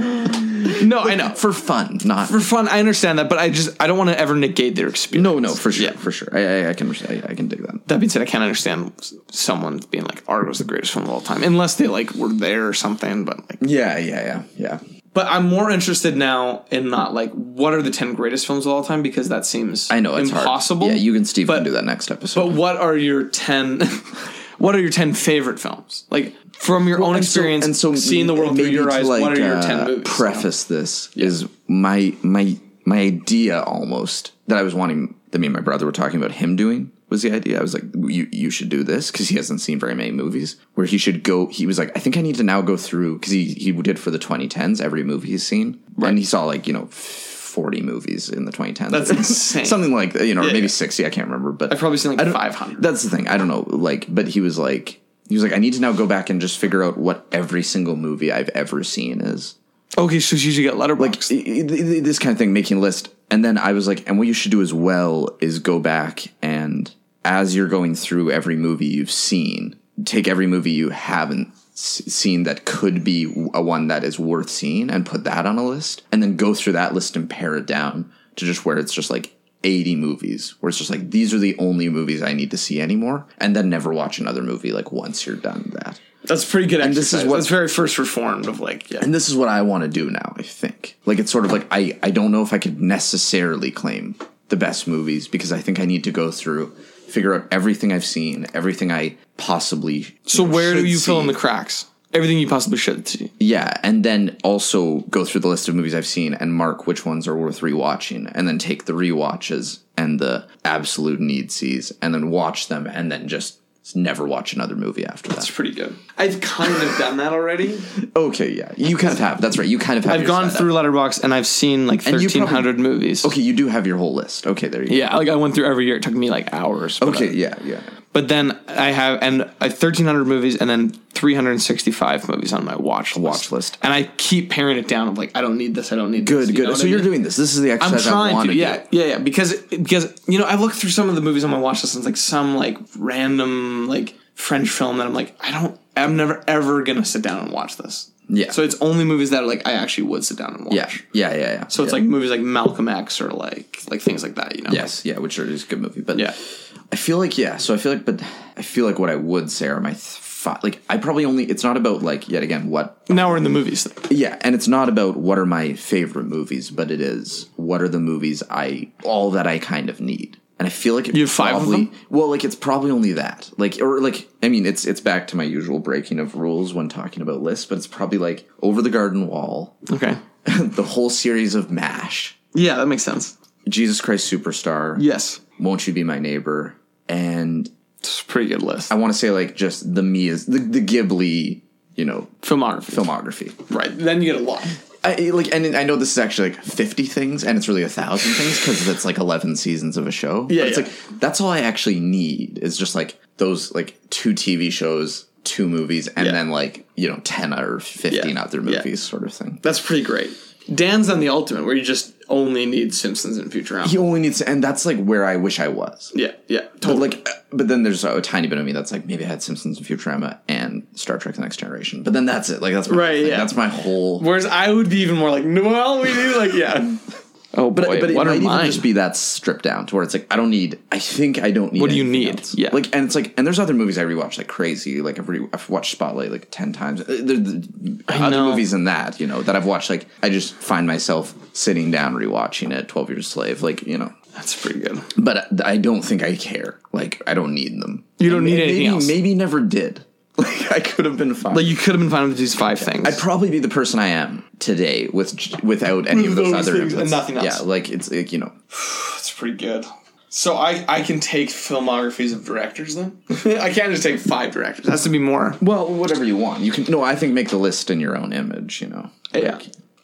no, I know. for fun, not For fun, I understand that, but I just I don't want to ever negate their experience. No, no, for sure, Yeah. for sure. I I, I can I, I can dig that. That being said, I can't understand s- someone being like Argo's the greatest film of all time, unless they like were there or something. But like, Yeah, yeah, yeah. Yeah. but I'm more interested now in not like what are the ten greatest films of all time because that seems I know it's hard. impossible. Yeah, you and Steve but- can do that next episode. But what are your ten? what are your ten favorite films? Like from your own and so- experience and so seeing the world through maybe your to, eyes. what are your uh, ten movies? Preface this is my my my idea almost that I was wanting that me and my brother were talking about him doing was the idea. I was like, you you should do this because he hasn't seen very many movies. Where he should go, he was like, I think I need to now go through because he he did for the 2010s every movie he's seen, and he saw like you know. 40 movies in the 2010s. That's insane. Something like, that, you know, or Yeah, maybe yeah. 60, I can't remember, but I've probably seen I like don't- five hundred. that's the thing. I don't know. Like, but he was like, he was like, I need to now go back and just figure out what every single movie I've ever seen is. Okay, so you should get Like Letterboxd. i- i- i- this kind of thing, making a list. And then I was like, and what you should do as well is go back and as you're going through every movie you've seen, take every movie you haven't s- seen that could be a one that is worth seeing and put that on a list and then go through that list and pare it down to just where it's just like 80 movies where it's just like these are the only movies I need to see anymore and then never watch another movie like once you're done that. that's pretty good. And this this is is what- what's very first reformed of like yeah. And this is what I want to do now, I think. Like it's sort of like I I don't know if I could necessarily claim the best movies because I think I need to go through figure out everything I've seen, everything I possibly So where do should you fill in see. the cracks? Everything you possibly should see. Yeah, and then also go through the list of movies I've seen and mark which ones are worth rewatching, and then take the rewatches and the absolute need sees and then watch them and then just never watch another movie after that. It's pretty good. I've kind of done that already. Okay, yeah. You kind of have. That's right. You kind of have. I've your gone side through Letterbox and I've seen like And you probably- thirteen hundred movies. up. Okay, you do have your whole list. Okay, there you Yeah, like I went through every year. It took me like hours. but go. Okay, yeah, yeah. But then I have and I thirteen hundred movies and then three hundred and sixty five movies on my watch list. Watch list. And I keep paring it down of like I don't need this, I don't need this. Good, you know good. what So I you're mean? doing this. This is the I'm exercise I trying want to, do. yeah, yeah, yeah. Because because you know, I've looked through some of the movies on my watch list and it's like some like random like French film that I'm like, I don't I'm never ever gonna sit down and watch this. Yeah. So it's only movies that like I actually would sit down and watch. Yeah, yeah, yeah, yeah. So it's like movies like Malcolm X or like like things like that, you know. Yes, yeah, which are is a good movie, but Yeah. I feel like yeah. So I feel like, but I feel like what I would say are my th- fi- like I probably only. It's not about like yet again what Now we're in the movies. yeah, and it's not about what are my favorite movies, but it is what are the movies I all that I kind of need. And I feel like it You have five of probably, them? Well, like it's probably only that. Like or like I mean, it's it's back to my usual breaking of rules when talking about lists, but it's probably like Over the Garden Wall, Okay. the whole series of MASH, Yeah, that makes sense. Jesus Christ Superstar, Yes. Won't You Be My Neighbor, and It's a pretty good list. I want to say like just the me is the, the Ghibli, you know, Filmography. filmography. Right. Then you get a lot. I like, and I know this is actually like fifty things, and it's really a thousand things because it's like eleven seasons of a show. Yeah, but it's yeah. like that's all I actually need is just like those like two TV shows, two movies, and Yeah. then like you know ten or fifteen Yeah. other Yeah. movies, sort of thing. That's pretty great. Dan's on the ultimate where you just only need Simpsons and Futurama. He only needs, to, and that's like where I wish I was. yeah, yeah. But Totally. like, uh, but then there's a tiny bit of me that's like maybe I had Simpsons and Futurama and Star Trek: The Next Generation. But then that's it. Like that's my Right, thing. yeah. That's my whole. Whereas I would be even more like, no, well, we do like yeah. Oh But, but it what might are even mine? just be that stripped down to where it's like I don't need. I think I don't need. What do you need? Yeah, Yeah. like and it's like and there's other movies I rewatch like crazy. Like I've, re- I've watched Spotlight like ten times. Uh, There, the, other know. movies than that, you know, that I've watched. Like I just find myself sitting down rewatching it. Twelve Years a Slave, like you know. That's pretty good. But I I don't think I care. Like I don't need them. You don't And need maybe, anything else. Maybe never did. Like I could have been fine. Like you could have been fine with these five things. I'd probably be the person I am today with without any of those, those other things inputs. and nothing else. Yeah, like it's like you know. That's pretty good. So I I can take filmographies of directors then. I can't just take five directors. It has to be more. Well, whatever you want. You can no, I think make the list in your own image, you know. Yeah.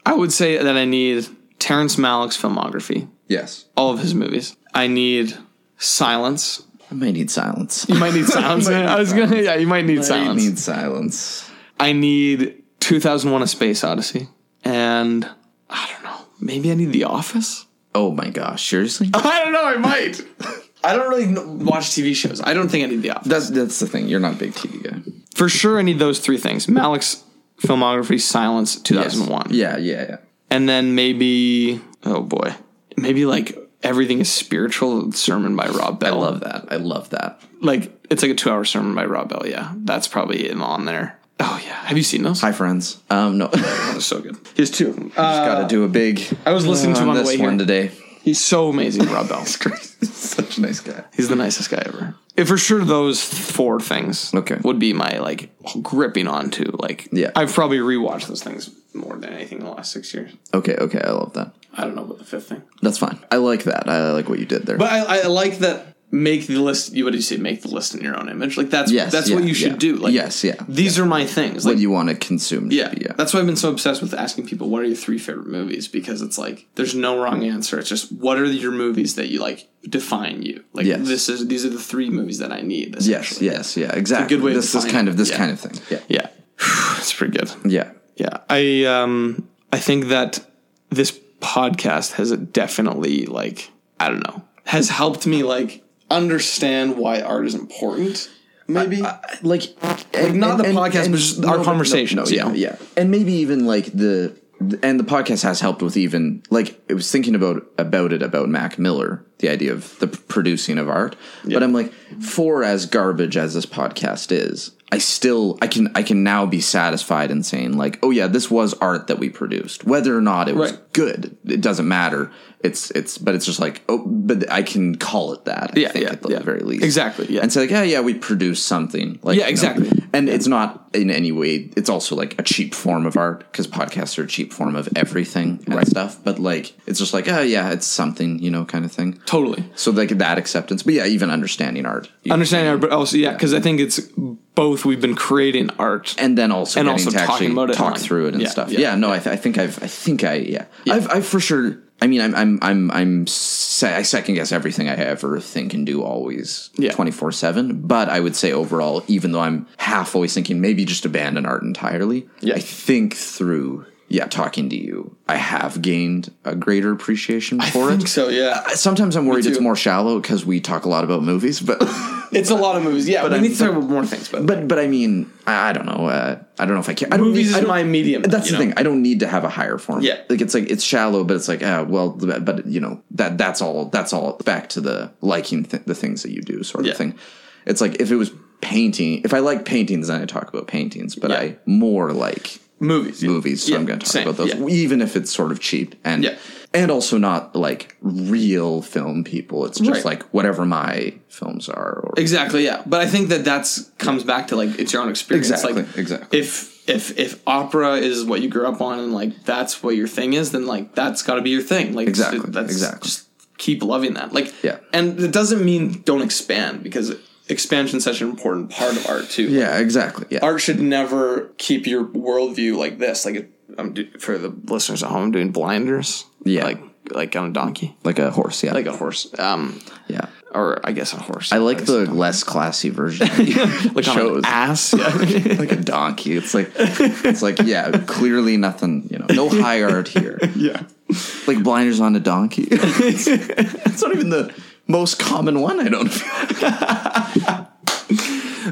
I would say that I need Terrence Malick's filmography, Yes. all of his movies. I need Silence. I might need silence. You might need Silence. I was gonna. Yeah, you might need I Silence. need silence. I need 2001: A Space Odyssey, and I don't know. Maybe I need The Office. Oh my gosh, seriously? I don't know. I might. I don't really kn- watch TV shows. I don't think I need The Office. That's that's the thing. You're not a big TV guy. For sure, I need those three things: Malick's filmography, Silence, 2001, Yeah, yeah, yeah. and then maybe oh boy, maybe like Everything is Spiritual sermon by Rob Bell. I love that. I love that. like it's like a two hour sermon by Rob Bell. Yeah, that's probably him on there. Oh yeah, have you seen those? Hi friends. Um no. They're so good. He's two. of 'em. Gotta do a big I was listening to him on on the this way one here. today. He's so amazing, Rob Bell. Such a nice guy. He's the nicest guy ever. If for sure those four things Okay. would be my like gripping onto. Like Yeah. I've probably rewatched those things more than anything in the last six years. Okay, okay, I love that. I don't know about the fifth thing. That's fine. I like that. I like what you did there. But I, I like that make the list you what did you say, make the list in your own image. Like that's Yes, that's what yeah, you should yeah. do. Like Yes, yeah, These are my things. what Like you want to consume. should yeah. be, That's why I've been so obsessed with asking people what are your three favorite movies because it's like there's no wrong answer. It's just what are your movies that you like define you. Like Yes. this is these are the three movies that I need. Yes, yes, yeah, exactly. good way to this this define kind it. of this Yeah. kind of thing. Yeah, Yeah. That's pretty good. yeah. Yeah. I um I think that this podcast has definitely like I don't know, has helped me like understand why art is important. Maybe Like, and- not the and- podcast, and- but just our no, conversations, no, yeah, you know? yeah, and maybe even like the and the podcast has helped with even like I was thinking about about it about Mac Miller, the idea of the p- producing of art. But I'm like, for as garbage as this podcast is, I still I can I can now be satisfied in saying like, oh yeah, this was art that we produced, whether or not it was Right. good. It doesn't matter. It's it's but it's just like oh, but I can call it that. I Yeah, think yeah, at the yeah. very least, Exactly, yeah. And say like, yeah, yeah, we produced something. Like, Yeah, exactly. and it's not in any way. It's also like a cheap form of art because podcasts are a cheap form of everything and stuff. But like, it's just like, oh yeah, it's something, you know, kind of thing. Totally. So like that acceptance, but yeah, even understanding art, Understanding our, but also, yeah, because I think it's both we've been creating art. and then also And getting also to talking actually about it talk online. through it and Yeah, stuff. Yeah, yeah, no, I, th- I think I've, I think I, yeah, I've, I've for sure. I mean, I'm, I'm, I'm, I'm, se- I second guess everything I ever think and do always, Yeah. twenty four seven. But I would say overall, even though I'm half always thinking maybe just abandon art entirely, Yeah. I think through, yeah, talking to you, I have gained a greater appreciation for it. so, yeah. Sometimes I'm worried it's too. more shallow because we talk a lot about movies, but It's a lot of movies. Yeah, but we I'm- need to talk about more things. But, But but I mean, I, I don't know. Uh, I don't know if I can. I don't Movies need- is I don't- my medium, That's you the know? thing. I don't need to have a higher form. Yeah. like it's like it's shallow, but it's like ah, well, but but, you know that that's all. That's all back to the liking th- the things that you do, sort of Yeah. thing. It's like if it was painting. If I like paintings, then I talk about paintings. But Yeah. I more like movies. yeah. movies, so Yeah, I'm going to talk same, about those, yeah. even if it's sort of cheap and Yeah. and also not like real film people. It's just Right. like whatever my films are. Or, Exactly, yeah. But I think that that's comes back to like it's your own experience. Exactly, like, exactly. If if if opera is what you grew up on and like that's what your thing is, then like that's got to be your thing. Like Exactly, so that's exactly. Just keep loving that. Like Yeah. and it doesn't mean don't expand because expansion is such an important part of art too. yeah, exactly. Yeah. Art should never keep your worldview like this. Like I'm do- for the listeners at home, I'm doing blinders. Yeah. like like on a donkey, like a horse. Yeah, like a horse. Um, yeah. or I guess a horse. I like the less classy version. like on an shows. ass. Yeah. like a donkey. It's like it's like yeah, clearly nothing. You know, no high art here. yeah. Like blinders on a donkey. it's, it's not even the most common one. I don't. feel.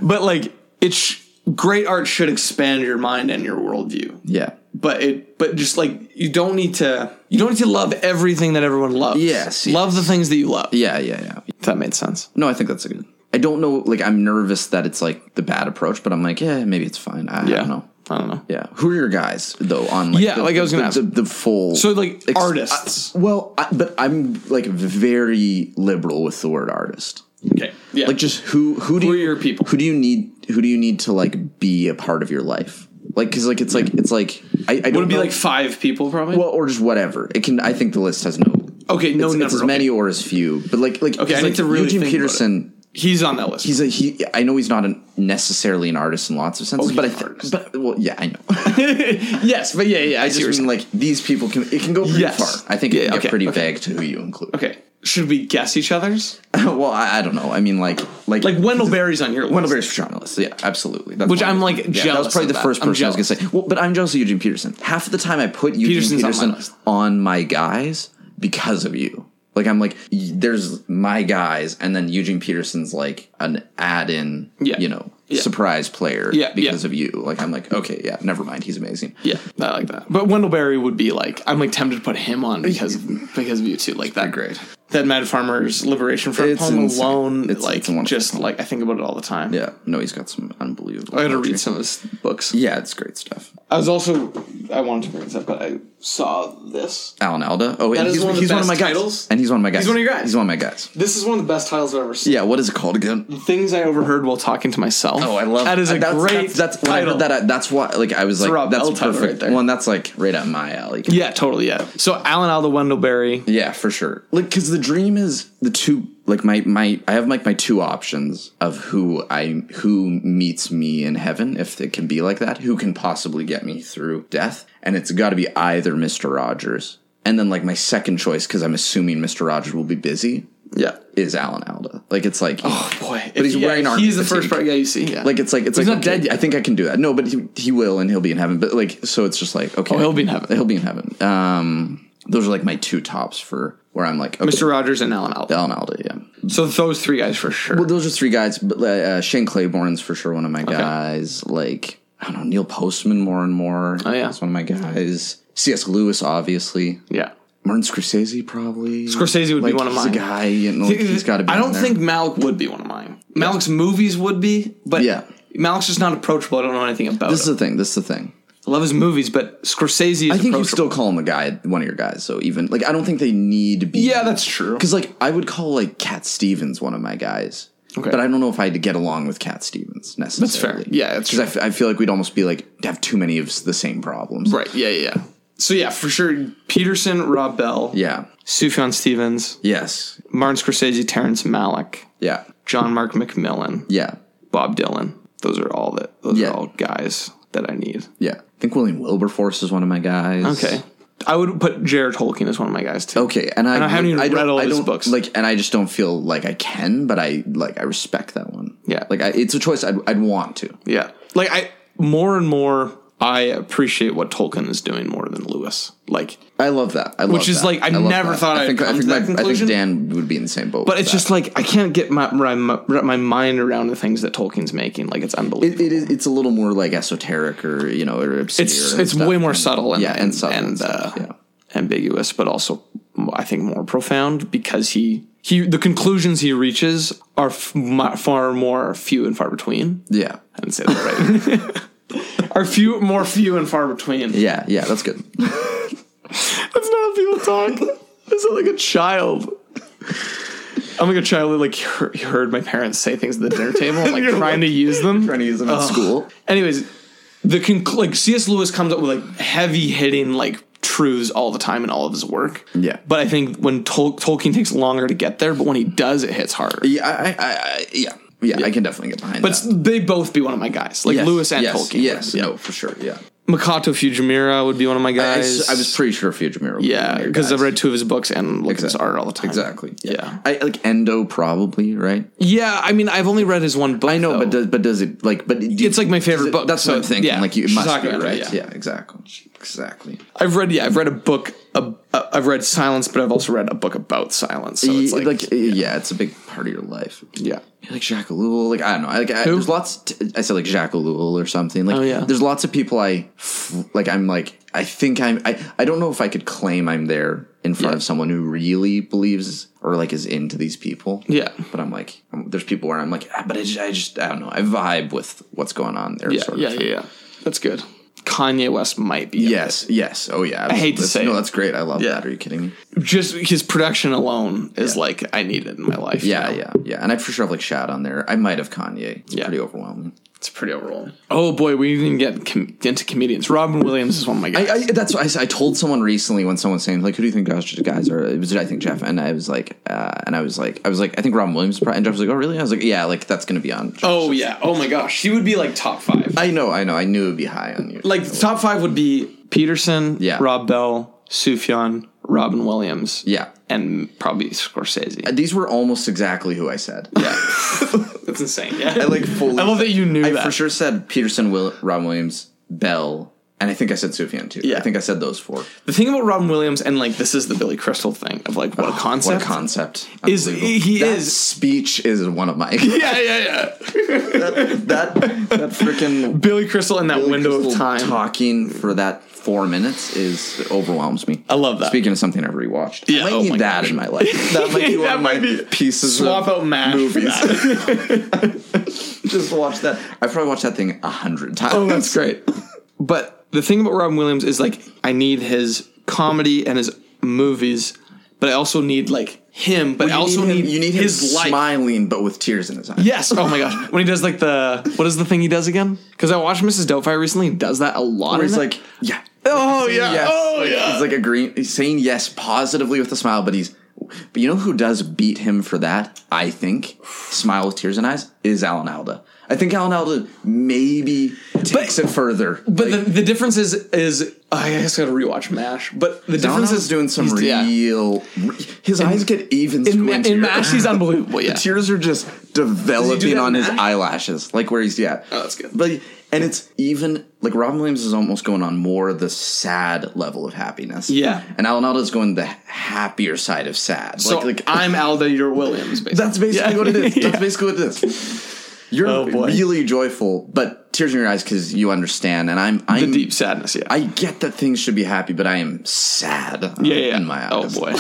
but like it's sh- great art should expand your mind and your worldview Yeah. but it but just like you don't need to you don't need to love everything that everyone loves Yes, yes. love the things that you love Yeah. Yeah. Yeah. if that made sense No, I think that's a good. I don't know. Like, I'm nervous that it's like the bad approach, but I'm like, yeah, maybe it's fine. I, I don't know. i don't know Yeah. Who are your guys though? On like Yeah, the, like I was gonna the, ask. the, the full. so like ex- artists I- well, I, but I'm like very liberal with the word artist. okay yeah Like just who who do Who are you, your people? Who do you need? Who do you need to like be a part of your life? Like because like it's like it's like I, I don't would it be know. like five people probably well or just whatever. It can. I think the list has no. okay no It's, number it's as okay. many or as few, but like like okay i like need to really Eugene think about it. Peterson. he's on that list He's a he. I know he's not an, necessarily an artist in lots of senses, Oh, he's but I an think, artist. but well, yeah, I know. yes but yeah yeah i, I see just what mean you're like these people can it can go pretty Yes. far. I think it Yeah, can okay, get pretty okay. vague to who you include. saying. okay should we guess each other's well, I, I don't know. I mean, like like like wendell berry's on your list Wendell Berry's journalist. Yeah, absolutely. That's Which one I'm, of the- like, That jealous was probably of the that. first I'm person I was jealous. gonna say. Well, but I'm jealous of Eugene Peterson. Half of the time I put Eugene Peterson's on my Peterson on, list. my guys because of you. Like I'm like y- there's my guys, and then Eugene Peterson's like an add-in, Yeah. you know, Yeah. surprise player Yeah, yeah. because of you. Like I'm like okay, yeah, never mind, he's amazing. Yeah, I like that. But Wendell Berry would be like, I'm like tempted to put him on because because of you too. Like that, great. That Mad Farmer's Liberation Front It's poem insane. alone, It's- like it's a wonderful just like I think about it all the time. Yeah, no, he's got some unbelievable. I gotta poetry. read some of his books. Yeah, it's great stuff. I was also I wanted to bring this up, but I saw this. Alan Alda. Oh, and is he's, one of the he's one of best my guys. titles. And he's one of my guys. He's one of your guys. He's one of my guys. This is one of the best titles I've ever seen. Yeah, what is it called again? Things I overheard while talking to myself. Oh, I love that. Is a that's, great That's, that's when I title. heard that. I, that's why, like, I was like, Rob that's Bell title perfect. right there. Well, and that's like right up my alley. yeah, totally. Yeah. So Alan Alda, Wendell Berry. Yeah, for sure. Like, because the dream is the two. Like my my, I have like my two options of who I who meets me in heaven, if it can be like that. Who can possibly get me through death? And it's got to be either Mister Rogers, and then like my second choice, because I'm assuming Mister Rogers will be busy, Yeah. is Alan Alda. Like it's like Oh boy, But he's yeah, wearing armor He's the fatigue. first part guy you see. Yeah. Like it's like it's He's like not dead okay, yet. I think I can do that. No, but he, he will and he'll be in heaven. But like so it's just like okay. Oh, he'll be in heaven. He'll be in heaven. Um those are like my two tops for where I'm like okay, Mr. Rogers and Alan Alda. Alan Alda, yeah. So those three guys for sure. Well, those are three guys, but uh, uh, Shane Claiborne's for sure one of my guys. Like I don't know, Neil Postman more and more. Oh, yeah. That's one of my guys. C.S. Lewis, obviously. yeah. Martin Scorsese, probably. Scorsese would be Like, one of he's mine. A guy, you know, like, he's got to be. I in don't there. think Malik would be one of mine. Malik's movies would be, but Yeah. Malik's just not approachable. I don't know anything about this is him. the thing. This is the thing. I love his movies, but Scorsese is I think you approachable. still call him a guy, one of your guys. So even like, I don't think they need to be. Yeah, that's true. Because like I would call like Cat Stevens one of my guys. Okay. But I don't know if I'd get along with Cat Stevens necessarily. Yeah, that's because I, f- I feel like we'd almost be like have too many of s- the same problems. Right. Yeah, yeah, yeah. So yeah, for sure. Peterson, Rob Bell, Yeah. Sufjan Stevens, Yes. Martin Scorsese, Terrence Malick, Yeah. John Mark McMillan, Yeah. Bob Dylan. Those are all that. Those Yeah. are all guys that I need. Yeah. I think William Wilberforce is one of my guys. Okay. I would put Jared Tolkien as one of my guys too. Okay, and I, I haven't even don't- read all I his don't- books. Like, and I just don't feel like I can, but I like I respect that one. Yeah. like I, it's a choice I'd, I'd want to. Yeah. Like I more and more I appreciate what Tolkien is doing more than Lewis. Like I love that. I love Which is, that. like, I love never thought I I'd think, I come think to that my- conclusion. I think Dan would be in the same boat. but it's just like I can't get my, my my mind around the things that Tolkien's making. Like it's unbelievable. it, it is. It's a little more like esoteric or you know or obscure. it's and it's stuff. way more subtle and yeah, and subtle and uh, stuff, yeah. ambiguous, but also I think more profound because he he the conclusions he reaches are f- mu- far more few and far between. yeah, I didn't say that right. are few more few and far between. yeah, yeah. That's good. That's not how people talk. I sound like a child. I'm like a child that like hear- heard my parents say things at the dinner table. I'm like trying to use them. Trying to use them in school. Anyways, the conc- like C.S. Lewis comes up with like heavy hitting like truths all the time in all of his work. Yeah. but I think when Tol- Tolkien takes longer to get there, but when he does, it hits harder. Yeah, I, I, I, yeah, yeah, I can definitely get behind. But that. they both be one of my guys, like Yes, Lewis and yes, Tolkien. Yes, yeah. no, for sure. Yeah, Makoto Fujimura would be one of my I, I guys. s- I was pretty sure Fujimura. would be one yeah, of your because I've guys. read two of his books and looked at his Exactly. art all the time. exactly. Yeah. Oh. I like Endo probably right. Yeah, I mean, I've only read his one book. I know, but though. does but does it like? But do- It's like my favorite does it- book, That's so, what I'm thinking. yeah. Like you, it She's must talking be about it, right. yeah. yeah. exactly, exactly. I've read yeah, I've read a book. A, a, I've read Silence, but I've also read a book about silence. So it's Y- like, like, uh, yeah, it's a big part of your life. yeah, You're like Jacques Ellul, like I don't know. Like I, there's lots. T- I said like Jacques Ellul or something. Like Oh, yeah. there's lots of people I f- like. I'm like I think I'm. I I don't know if I could claim I'm there in front Yeah. of someone who really believes or like is into these people. Yeah. but I'm like I'm- there's people where I'm like, ah, but I just, I just I don't know. I vibe with what's going on there. yeah, sort yeah, of yeah, thing. yeah. That's good. Kanye West might be. in Yes, yes. Oh yeah. I hate to say no. it. That's great. I love Yeah. that. Are you kidding me? it. just his production alone is like I need it in my life. Yeah, you know? yeah, yeah. And I'd for sure have like Shad on there. I might have Kanye. It's Yeah. pretty overwhelming. it's pretty overall. Oh boy, we didn't get com- into comedians. Robin Williams is one of my guys. I, I, that's what I, s- I told someone recently when someone was saying like, "Who do you think Josh guys are?" It was I think Jeff, and I was like, uh, and I was like, I was like, I think Robin Williams, is pro-" and Jeff was like, "Oh really?" I was like, "Yeah, like that's gonna be on." Jeff." oh yeah, oh my gosh, he would be like top five. I know, I know, I knew it'd be high on you. like the top five would be Peterson, Yeah. Rob Bell, Sufjan, Robin Williams, yeah, and probably Scorsese. these were almost exactly who I said. Yeah, That's insane. Yeah, I like fully. I love that you knew I that. for sure said Peterson, Will, Robin Williams, Bell, and I think I said Sufjan too. Yeah. I think I said those four. The thing about Robin Williams and like this is the Billy Crystal thing of like Oh, what a concept. What a concept! Is- Unbelievable. he That is- speech is one of my yeah, yeah, yeah. that that freaking Billy Crystal in that window of little time. talking for that four minutes is overwhelms me. I love that. Speaking of something I've rewatched, Yeah, I might oh my need that gosh. in my life. That might be one That of my might be- pieces. Swap of out Mash. movies. Movies. Just watch that. I've probably watched that thing a hundred times. Oh, that's great. But the thing about Robin Williams is like I need his comedy and his movies, but I also need like him, but I You also need, him- need, you need him his life. smiling but with tears in his eyes. Yes. Oh my gosh. When he does like the what is the thing he does again? Because I watched Mrs. Doubtfire recently. He does that a lot. Where in he's it. like, yeah. oh yeah, Yes. oh Like, yeah. He's like agreeing. He's saying yes positively with a smile, but he's. But you know who does beat him for that? I think smile with tears and eyes is Alan Alda. I think Alan Alda maybe takes it further. But the, the difference is is I guess I gotta rewatch Mash. But the Alan difference Alda's is doing some he's- yeah. real. His eyes get even in, Ma- squintier. in Mash he's unbelievable. Yeah. The tears are just Does he do developing that on in his Mash? eyelashes, like where he's yeah. Oh, that's good. But and it's even like Robin Williams is almost going on more the sad level of happiness. Yeah. and Alan Alda's going the happier side of sad. So like, like I'm Alda, you're Williams. Basically. that's basically Yeah. what it is. That's Yeah. basically what it is. You're Oh, boy. really joyful, but tears in your eyes because you understand. And I'm I'm the deep sadness. Yeah. I get that things should be happy, but I am sad. uh, Oh, yeah, yeah. yeah. in my eyes. Oh boy.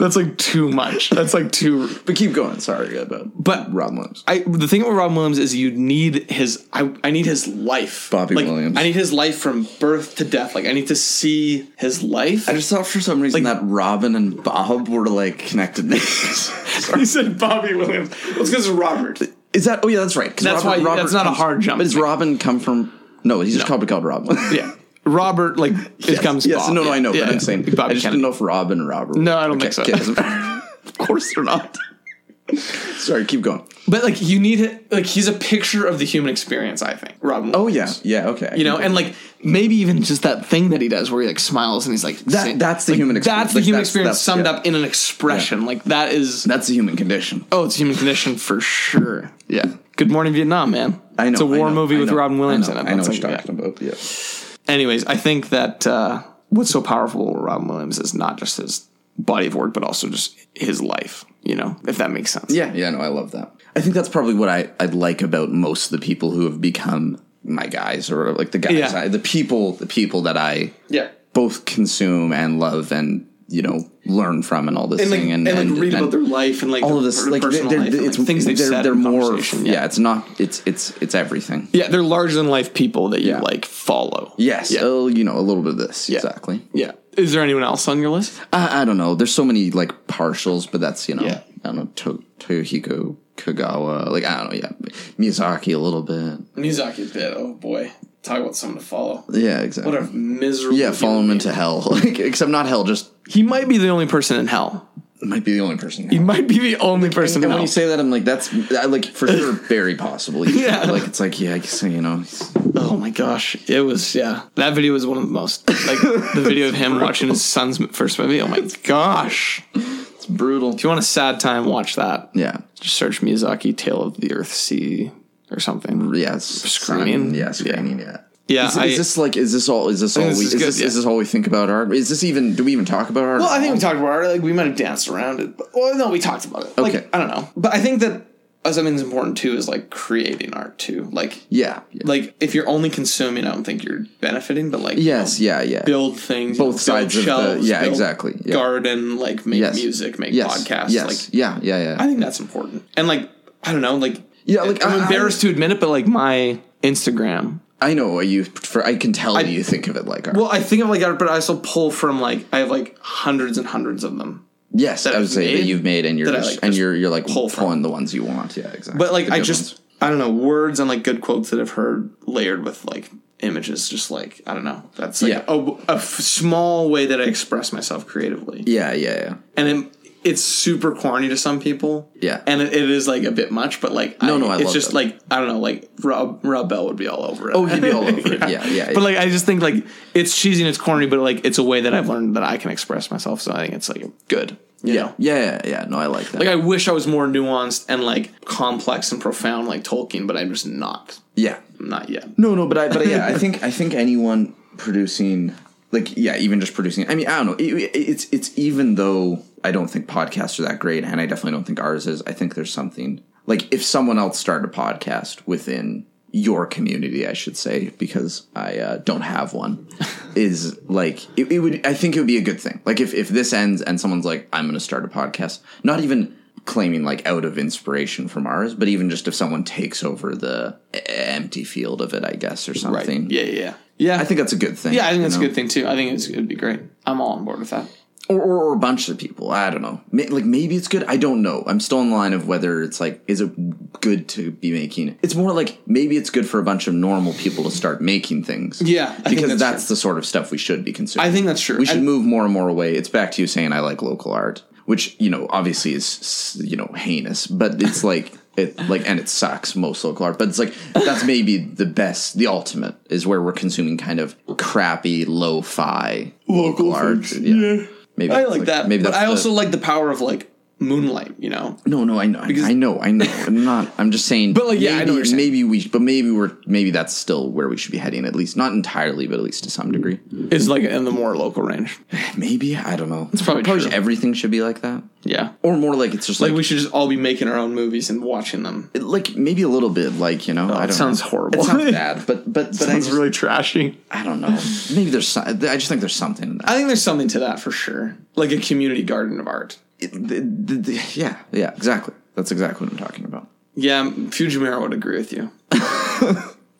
That's like too much. That's like too. But keep going. Sorry about But Rob Williams. I the thing about Rob Williams is you need his I, I need his life. Bobby Like, Williams. I need his life from birth to death. Like I need to see his life. I just thought for some reason that Robin and Bob were like connected names. you said Bobby Williams. Well, it's because it's Robert. Is that? Oh yeah, that's right. 'cause That's why- that's not a comes- hard jump. But does Robin come from? No, he's just called called Robin. Yeah, Robert. Like it comes. Yes. Bob. No, no, I know. Yeah, but yeah. I'm saying I Bobby just Kennedy. didn't know if Rob and Robert. No, I don't think so. okay, doesn't matter. Of course they're not. Sorry, keep going. But like you need it. Like he's a picture of the human experience. I think Rob. Williams. Oh yeah, yeah. Okay. You know, and like maybe even just that thing that he does where he like smiles and he's like That- saying- that's the like, human experience. That's the Like, human that's- experience that's- summed yeah. up in an expression. Like that is that's the human condition. Oh, it's human condition for sure. Yeah. Good Morning Vietnam, man. I know. It's a war I know, movie I with know, Robin Williams I know, in it. I know That's what you're like- talking about. Yeah. yeah. Anyways, I think that uh, what's so powerful about Robin Williams is not just his body of work, but also just his life. You know, if that makes sense. Yeah, yeah, no, I love that. I think that's probably what I, I like about most of the people who have become my guys or like the guys Yeah. I, the people the people that I Yeah. both consume and love and you know learn from and all this And like, thing and, like read about their life and like all their, of this their like they're, personal they're, life and, it's like, things they've they're, said they're in more conversation. yeah. it's not it's it's it's everything yeah, they're larger than life people that you Yeah. like follow. yes Yeah. oh you know a little bit of this exactly yeah. Is there anyone else on your list? I, I don't know. There's so many like partials, but that's you know Yeah. I don't know to, Toyohiko Kagawa. Like I don't know. Yeah, Miyazaki a little bit. Mizaki's dead. Oh boy, talk about someone to follow. Yeah, exactly. miserable. Yeah, follow him into hell. Like except not hell. Just He might be the only person in hell. might be the only person. in He hell. might be the only person And in when hell. you say that, I'm like, that's I, like for sure very possible. You Yeah. know? like it's like yeah, I guess you know. he's- oh my gosh, it was yeah. That video was one of the most like the video of him watching his son's m- first movie. Oh my gosh! If It's brutal. you want a sad time, watch that. Yeah, Just search Miyazaki Tale of the Earth Sea or something. yeah. it's- Screening? Yeah, screening. Yeah. Yeah, Is, I, is this like? Is this all? Is this all? this we, is is, good, this, yeah. is this all we think about art? Is this even? Do we even talk about art? Well, I think we talked about it. Like we might have danced around it. But, well, no, we talked about it. Okay. Like, I don't know, but I think that uh, something that's important too is like creating art too. Like yeah. yeah. like if you're only consuming, I don't think you're benefiting. But like Yes, yeah, yeah. build things, you Both build sides of the- yeah, build exactly, yeah. Garden, like make Yes. music, make yes, podcasts. Yes, Like yeah, yeah, yeah. I think that's important. And like I don't know, like Yeah, like, I'm I- embarrassed to admit it, but like my Instagram. I know what you prefer. I can tell you think of it like art. Well, I think of like art, but I also pull from like I have like hundreds and hundreds of them. yes, I I've would say that made, you've made and you're that I, just, like, and just you're you're like pull pulling from. the ones you want. Yeah, exactly. But like The I good just ones. I don't know words and like good quotes that I've heard layered with like images. Just like I don't know. That's like Yeah. a, a f- small way that I express myself creatively. yeah, yeah, yeah. and it, it's super corny to some people. Yeah. and it, it is like a bit much, but like No, no, I it's love just that. like I don't know, like Rob Rob Bell would be all over it. Oh, he'd be all over it. Yeah, yeah. yeah. But like I just think like it's cheesy and it's corny, but like it's a way that I've learned that I can express myself. So I think it's like good. Yeah. yeah, yeah, yeah. No, I like that. Like I wish I was more nuanced and like complex and profound like Tolkien, but I'm just not. yeah. Not yet. No, no, but I, but yeah, I think I think anyone producing, like, yeah, even just producing. I mean, I don't know. It, it's it's even though I don't think podcasts are that great, and I definitely don't think ours is. I think there's something like if someone else started a podcast within your community, I should say, because I uh, don't have one, is like it, it would. I think it would be a good thing. Like if if this ends and someone's like, I'm going to start a podcast, not even claiming like out of inspiration from ours, but even just if someone takes over the e- empty field of it, I guess, or something. Yeah, yeah, yeah. Yeah. I think that's a good thing. yeah, I think you that's know? a good thing too. I think it's, it'd be great. I'm all on board with that. Or, or, or a bunch of people. I don't know. May, like maybe it's good. I don't know. I'm still in the line of whether it's like, is it good to be making? It's more like maybe it's good for a bunch of normal people to start making things. Yeah, I think because that's that's, the sort of stuff we should be consuming. I think that's true. we should And- move more and more away. It's back to you saying I like local art, which you know obviously is you know heinous, but it's like it like and it sucks most local art, but it's like that's maybe the best, the ultimate is where we're consuming kind of crappy lo-fi local, art. Yeah. Maybe I that's, like that. Maybe but that's I the- also like the power of like moonlight. You know, no, no, I know, I know, I know. I'm not. I'm just saying. But like, yeah, I know what you're saying. maybe we, but maybe we're, maybe that's still where we should be heading. At least not entirely, but at least to some degree. is like in the more local range. Maybe I don't know. It's probably true. everything should be like that, Yeah. or more like it's just like Like we should just all be making our own movies and watching them. like maybe a little bit like you know I Oh, it don't sounds know. horrible. it sounds bad but but but I just, really trashy. I don't know maybe there's some, I just think there's something in that. I think there's something to that for sure. Like a community garden of art. it- the- the- the- yeah, yeah, exactly. That's exactly what I'm talking about. Yeah, Fujimura would agree with you.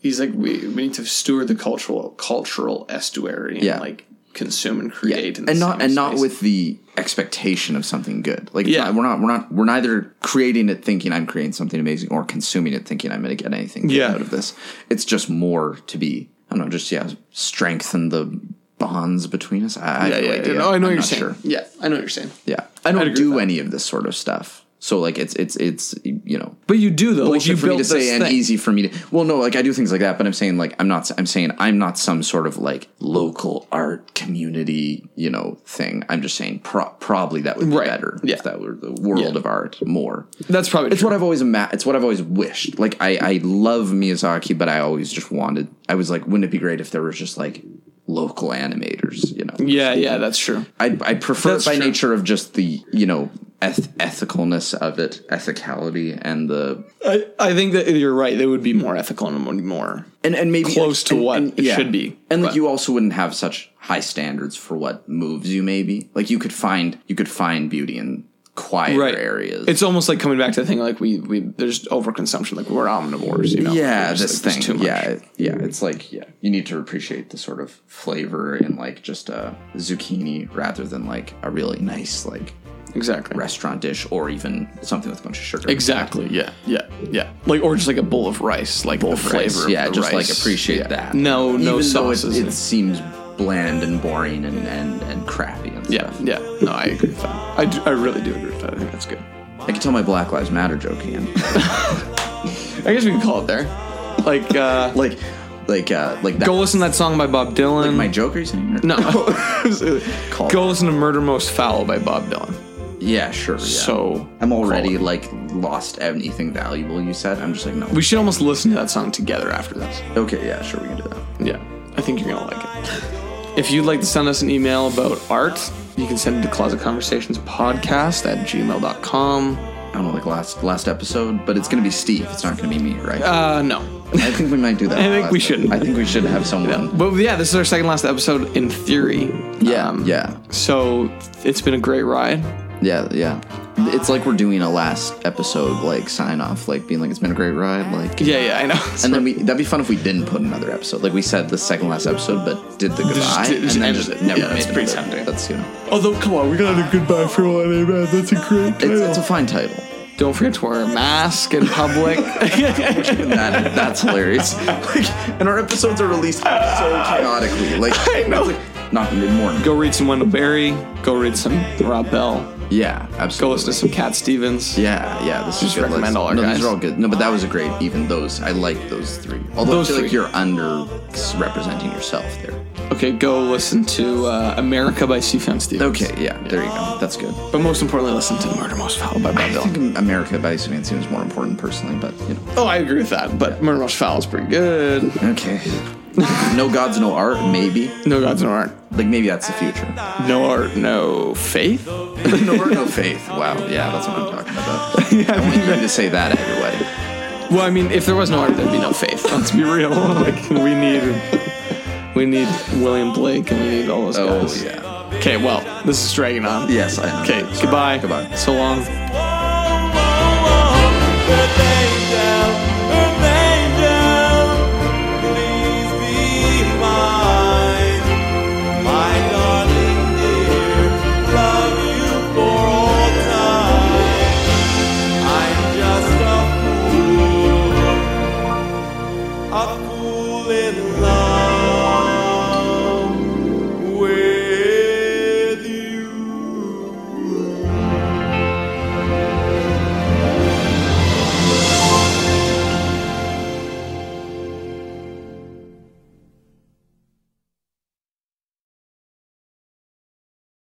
He's like, we, we need to steward the cultural cultural estuary and Yeah. like consume and create, in the and not same and not space. with the expectation of something good. Like it's Yeah. not- we're not we're not we're neither creating it thinking I'm creating something amazing or consuming it thinking I'm going to get anything good Yeah. out of this. It's just more to be I don't know, just yeah, strengthen the bonds between us. I, I yeah, have no yeah, idea. yeah. No, I know I'm what you're not saying. sure. Yeah, I know what you're saying. Yeah, I I'd don't agree do with that. any of this sort of stuff. So like it's it's it's you know But you do though. Like bullshit you for me built to this say and thing. easy for me to well no like i do things like that but i'm saying like i'm not i'm saying i'm not some sort of like local art community you know thing i'm just saying pro- probably that would be Right. better Yeah. if that were the world Yeah. of art more That's probably it's what i've always ima- it's what i've always wished like i i love miyazaki but i always just wanted i was like wouldn't it be great if there was just like local animators you know yeah, yeah, that's true. I, I prefer That's it by true. nature of just the you know eth- ethicalness of it ethicality and the I, I think that you're right. They would be more ethical and would be more. and and maybe Close to and- what and- it should be, And like but- you also wouldn't have such high standards for what moves you. Maybe like you could find you could find beauty in quieter Right. areas. It's almost like coming back to the thing like we, we there's overconsumption. Like we're omnivores, you know. yeah, We're just this like, thing. there's Too much. Yeah, it- yeah. It's like yeah, you need to appreciate the sort of flavor in like just a zucchini rather than like a really nice like exactly. restaurant dish or even something with a bunch of sugar. Exactly. Yeah. Yeah. Yeah. Like or just like a bowl of rice, like the flavor. Rice. Of Yeah, the just rice. like appreciate that. No, even no though it, sauces. it seems bland and boring and and and crappy and yeah. stuff. Yeah. No, I agree with that. I, do, I really do agree with that. I think that's good. I can tell my Black Lives Matter joke again. I guess we can call it there. Like uh, like, like, uh, like that. go listen to that song by Bob Dylan. my joke are you saying? Or- no. Call it- go listen to Murder Most Foul by Bob Dylan. Yeah, sure. Yeah. So I'm already call like lost anything valuable you said. I'm just like no. it. We should almost listen to that song together after this. okay, yeah, sure, we can do that. Yeah, I think you're gonna like it. If you'd like to send us an email about art, you can send it to closet conversations podcast at gmail.com. I don't know, like last last episode, but it's gonna be Steve. It's not gonna be me, right? Uh, no. I think we might do that. I think last we episode. shouldn't. I think we should have someone. But yeah, this is our second last episode in theory. Yeah, Um, yeah, So it's been a great ride. yeah, yeah. It's like we're doing a last episode like sign off, like being like it's been a great ride, like Yeah, yeah, I know. And then we that'd be fun if we didn't put another episode. Like we said the second last episode, but did the goodbye did- just and then ended just it. never Yeah, made that's pretty another. tempting. That's you know, Although, come on, we got a goodbye for one, eh, man. That's a great it's, title. it's a fine title. Don't forget to wear a mask in public. That, that's hilarious. Like, and our episodes are released so chaotically. Like I know. it's like, not mid morning. go read some Wendell Berry. Go read some Rob Bell. Yeah, Go absolutely. listen to some Cat Stevens. Yeah, yeah. This is good recommend list. all our no, guys. These are all good. No, but that was a great. Even those, I like those three. Although Those I feel like three. you're under representing yourself there. Okay, go listen to uh, America by Stephen Stevens. Okay, yeah, there you go. That's good. But most importantly, listen to Murder Most Foul by Bob I Dylan. think America by Suzanne seems more important personally, but you know. Oh, I agree with that. But Murder Most Foul is pretty good. Okay. no gods, no art, maybe. No gods, no art. Like maybe that's the future. No art, no faith. no art, no faith. Wow. Yeah, that's what I'm talking about. I want you to say that at your wedding. Well, I mean, if there was no art, there'd be no faith. Let's be real. Like we need, we need William Blake, and we need all those Oh guys. yeah. Okay, well, this is dragging on. Yes, I know. Okay. Sorry. Goodbye. Goodbye. So long. Whoa, whoa, whoa, good thing to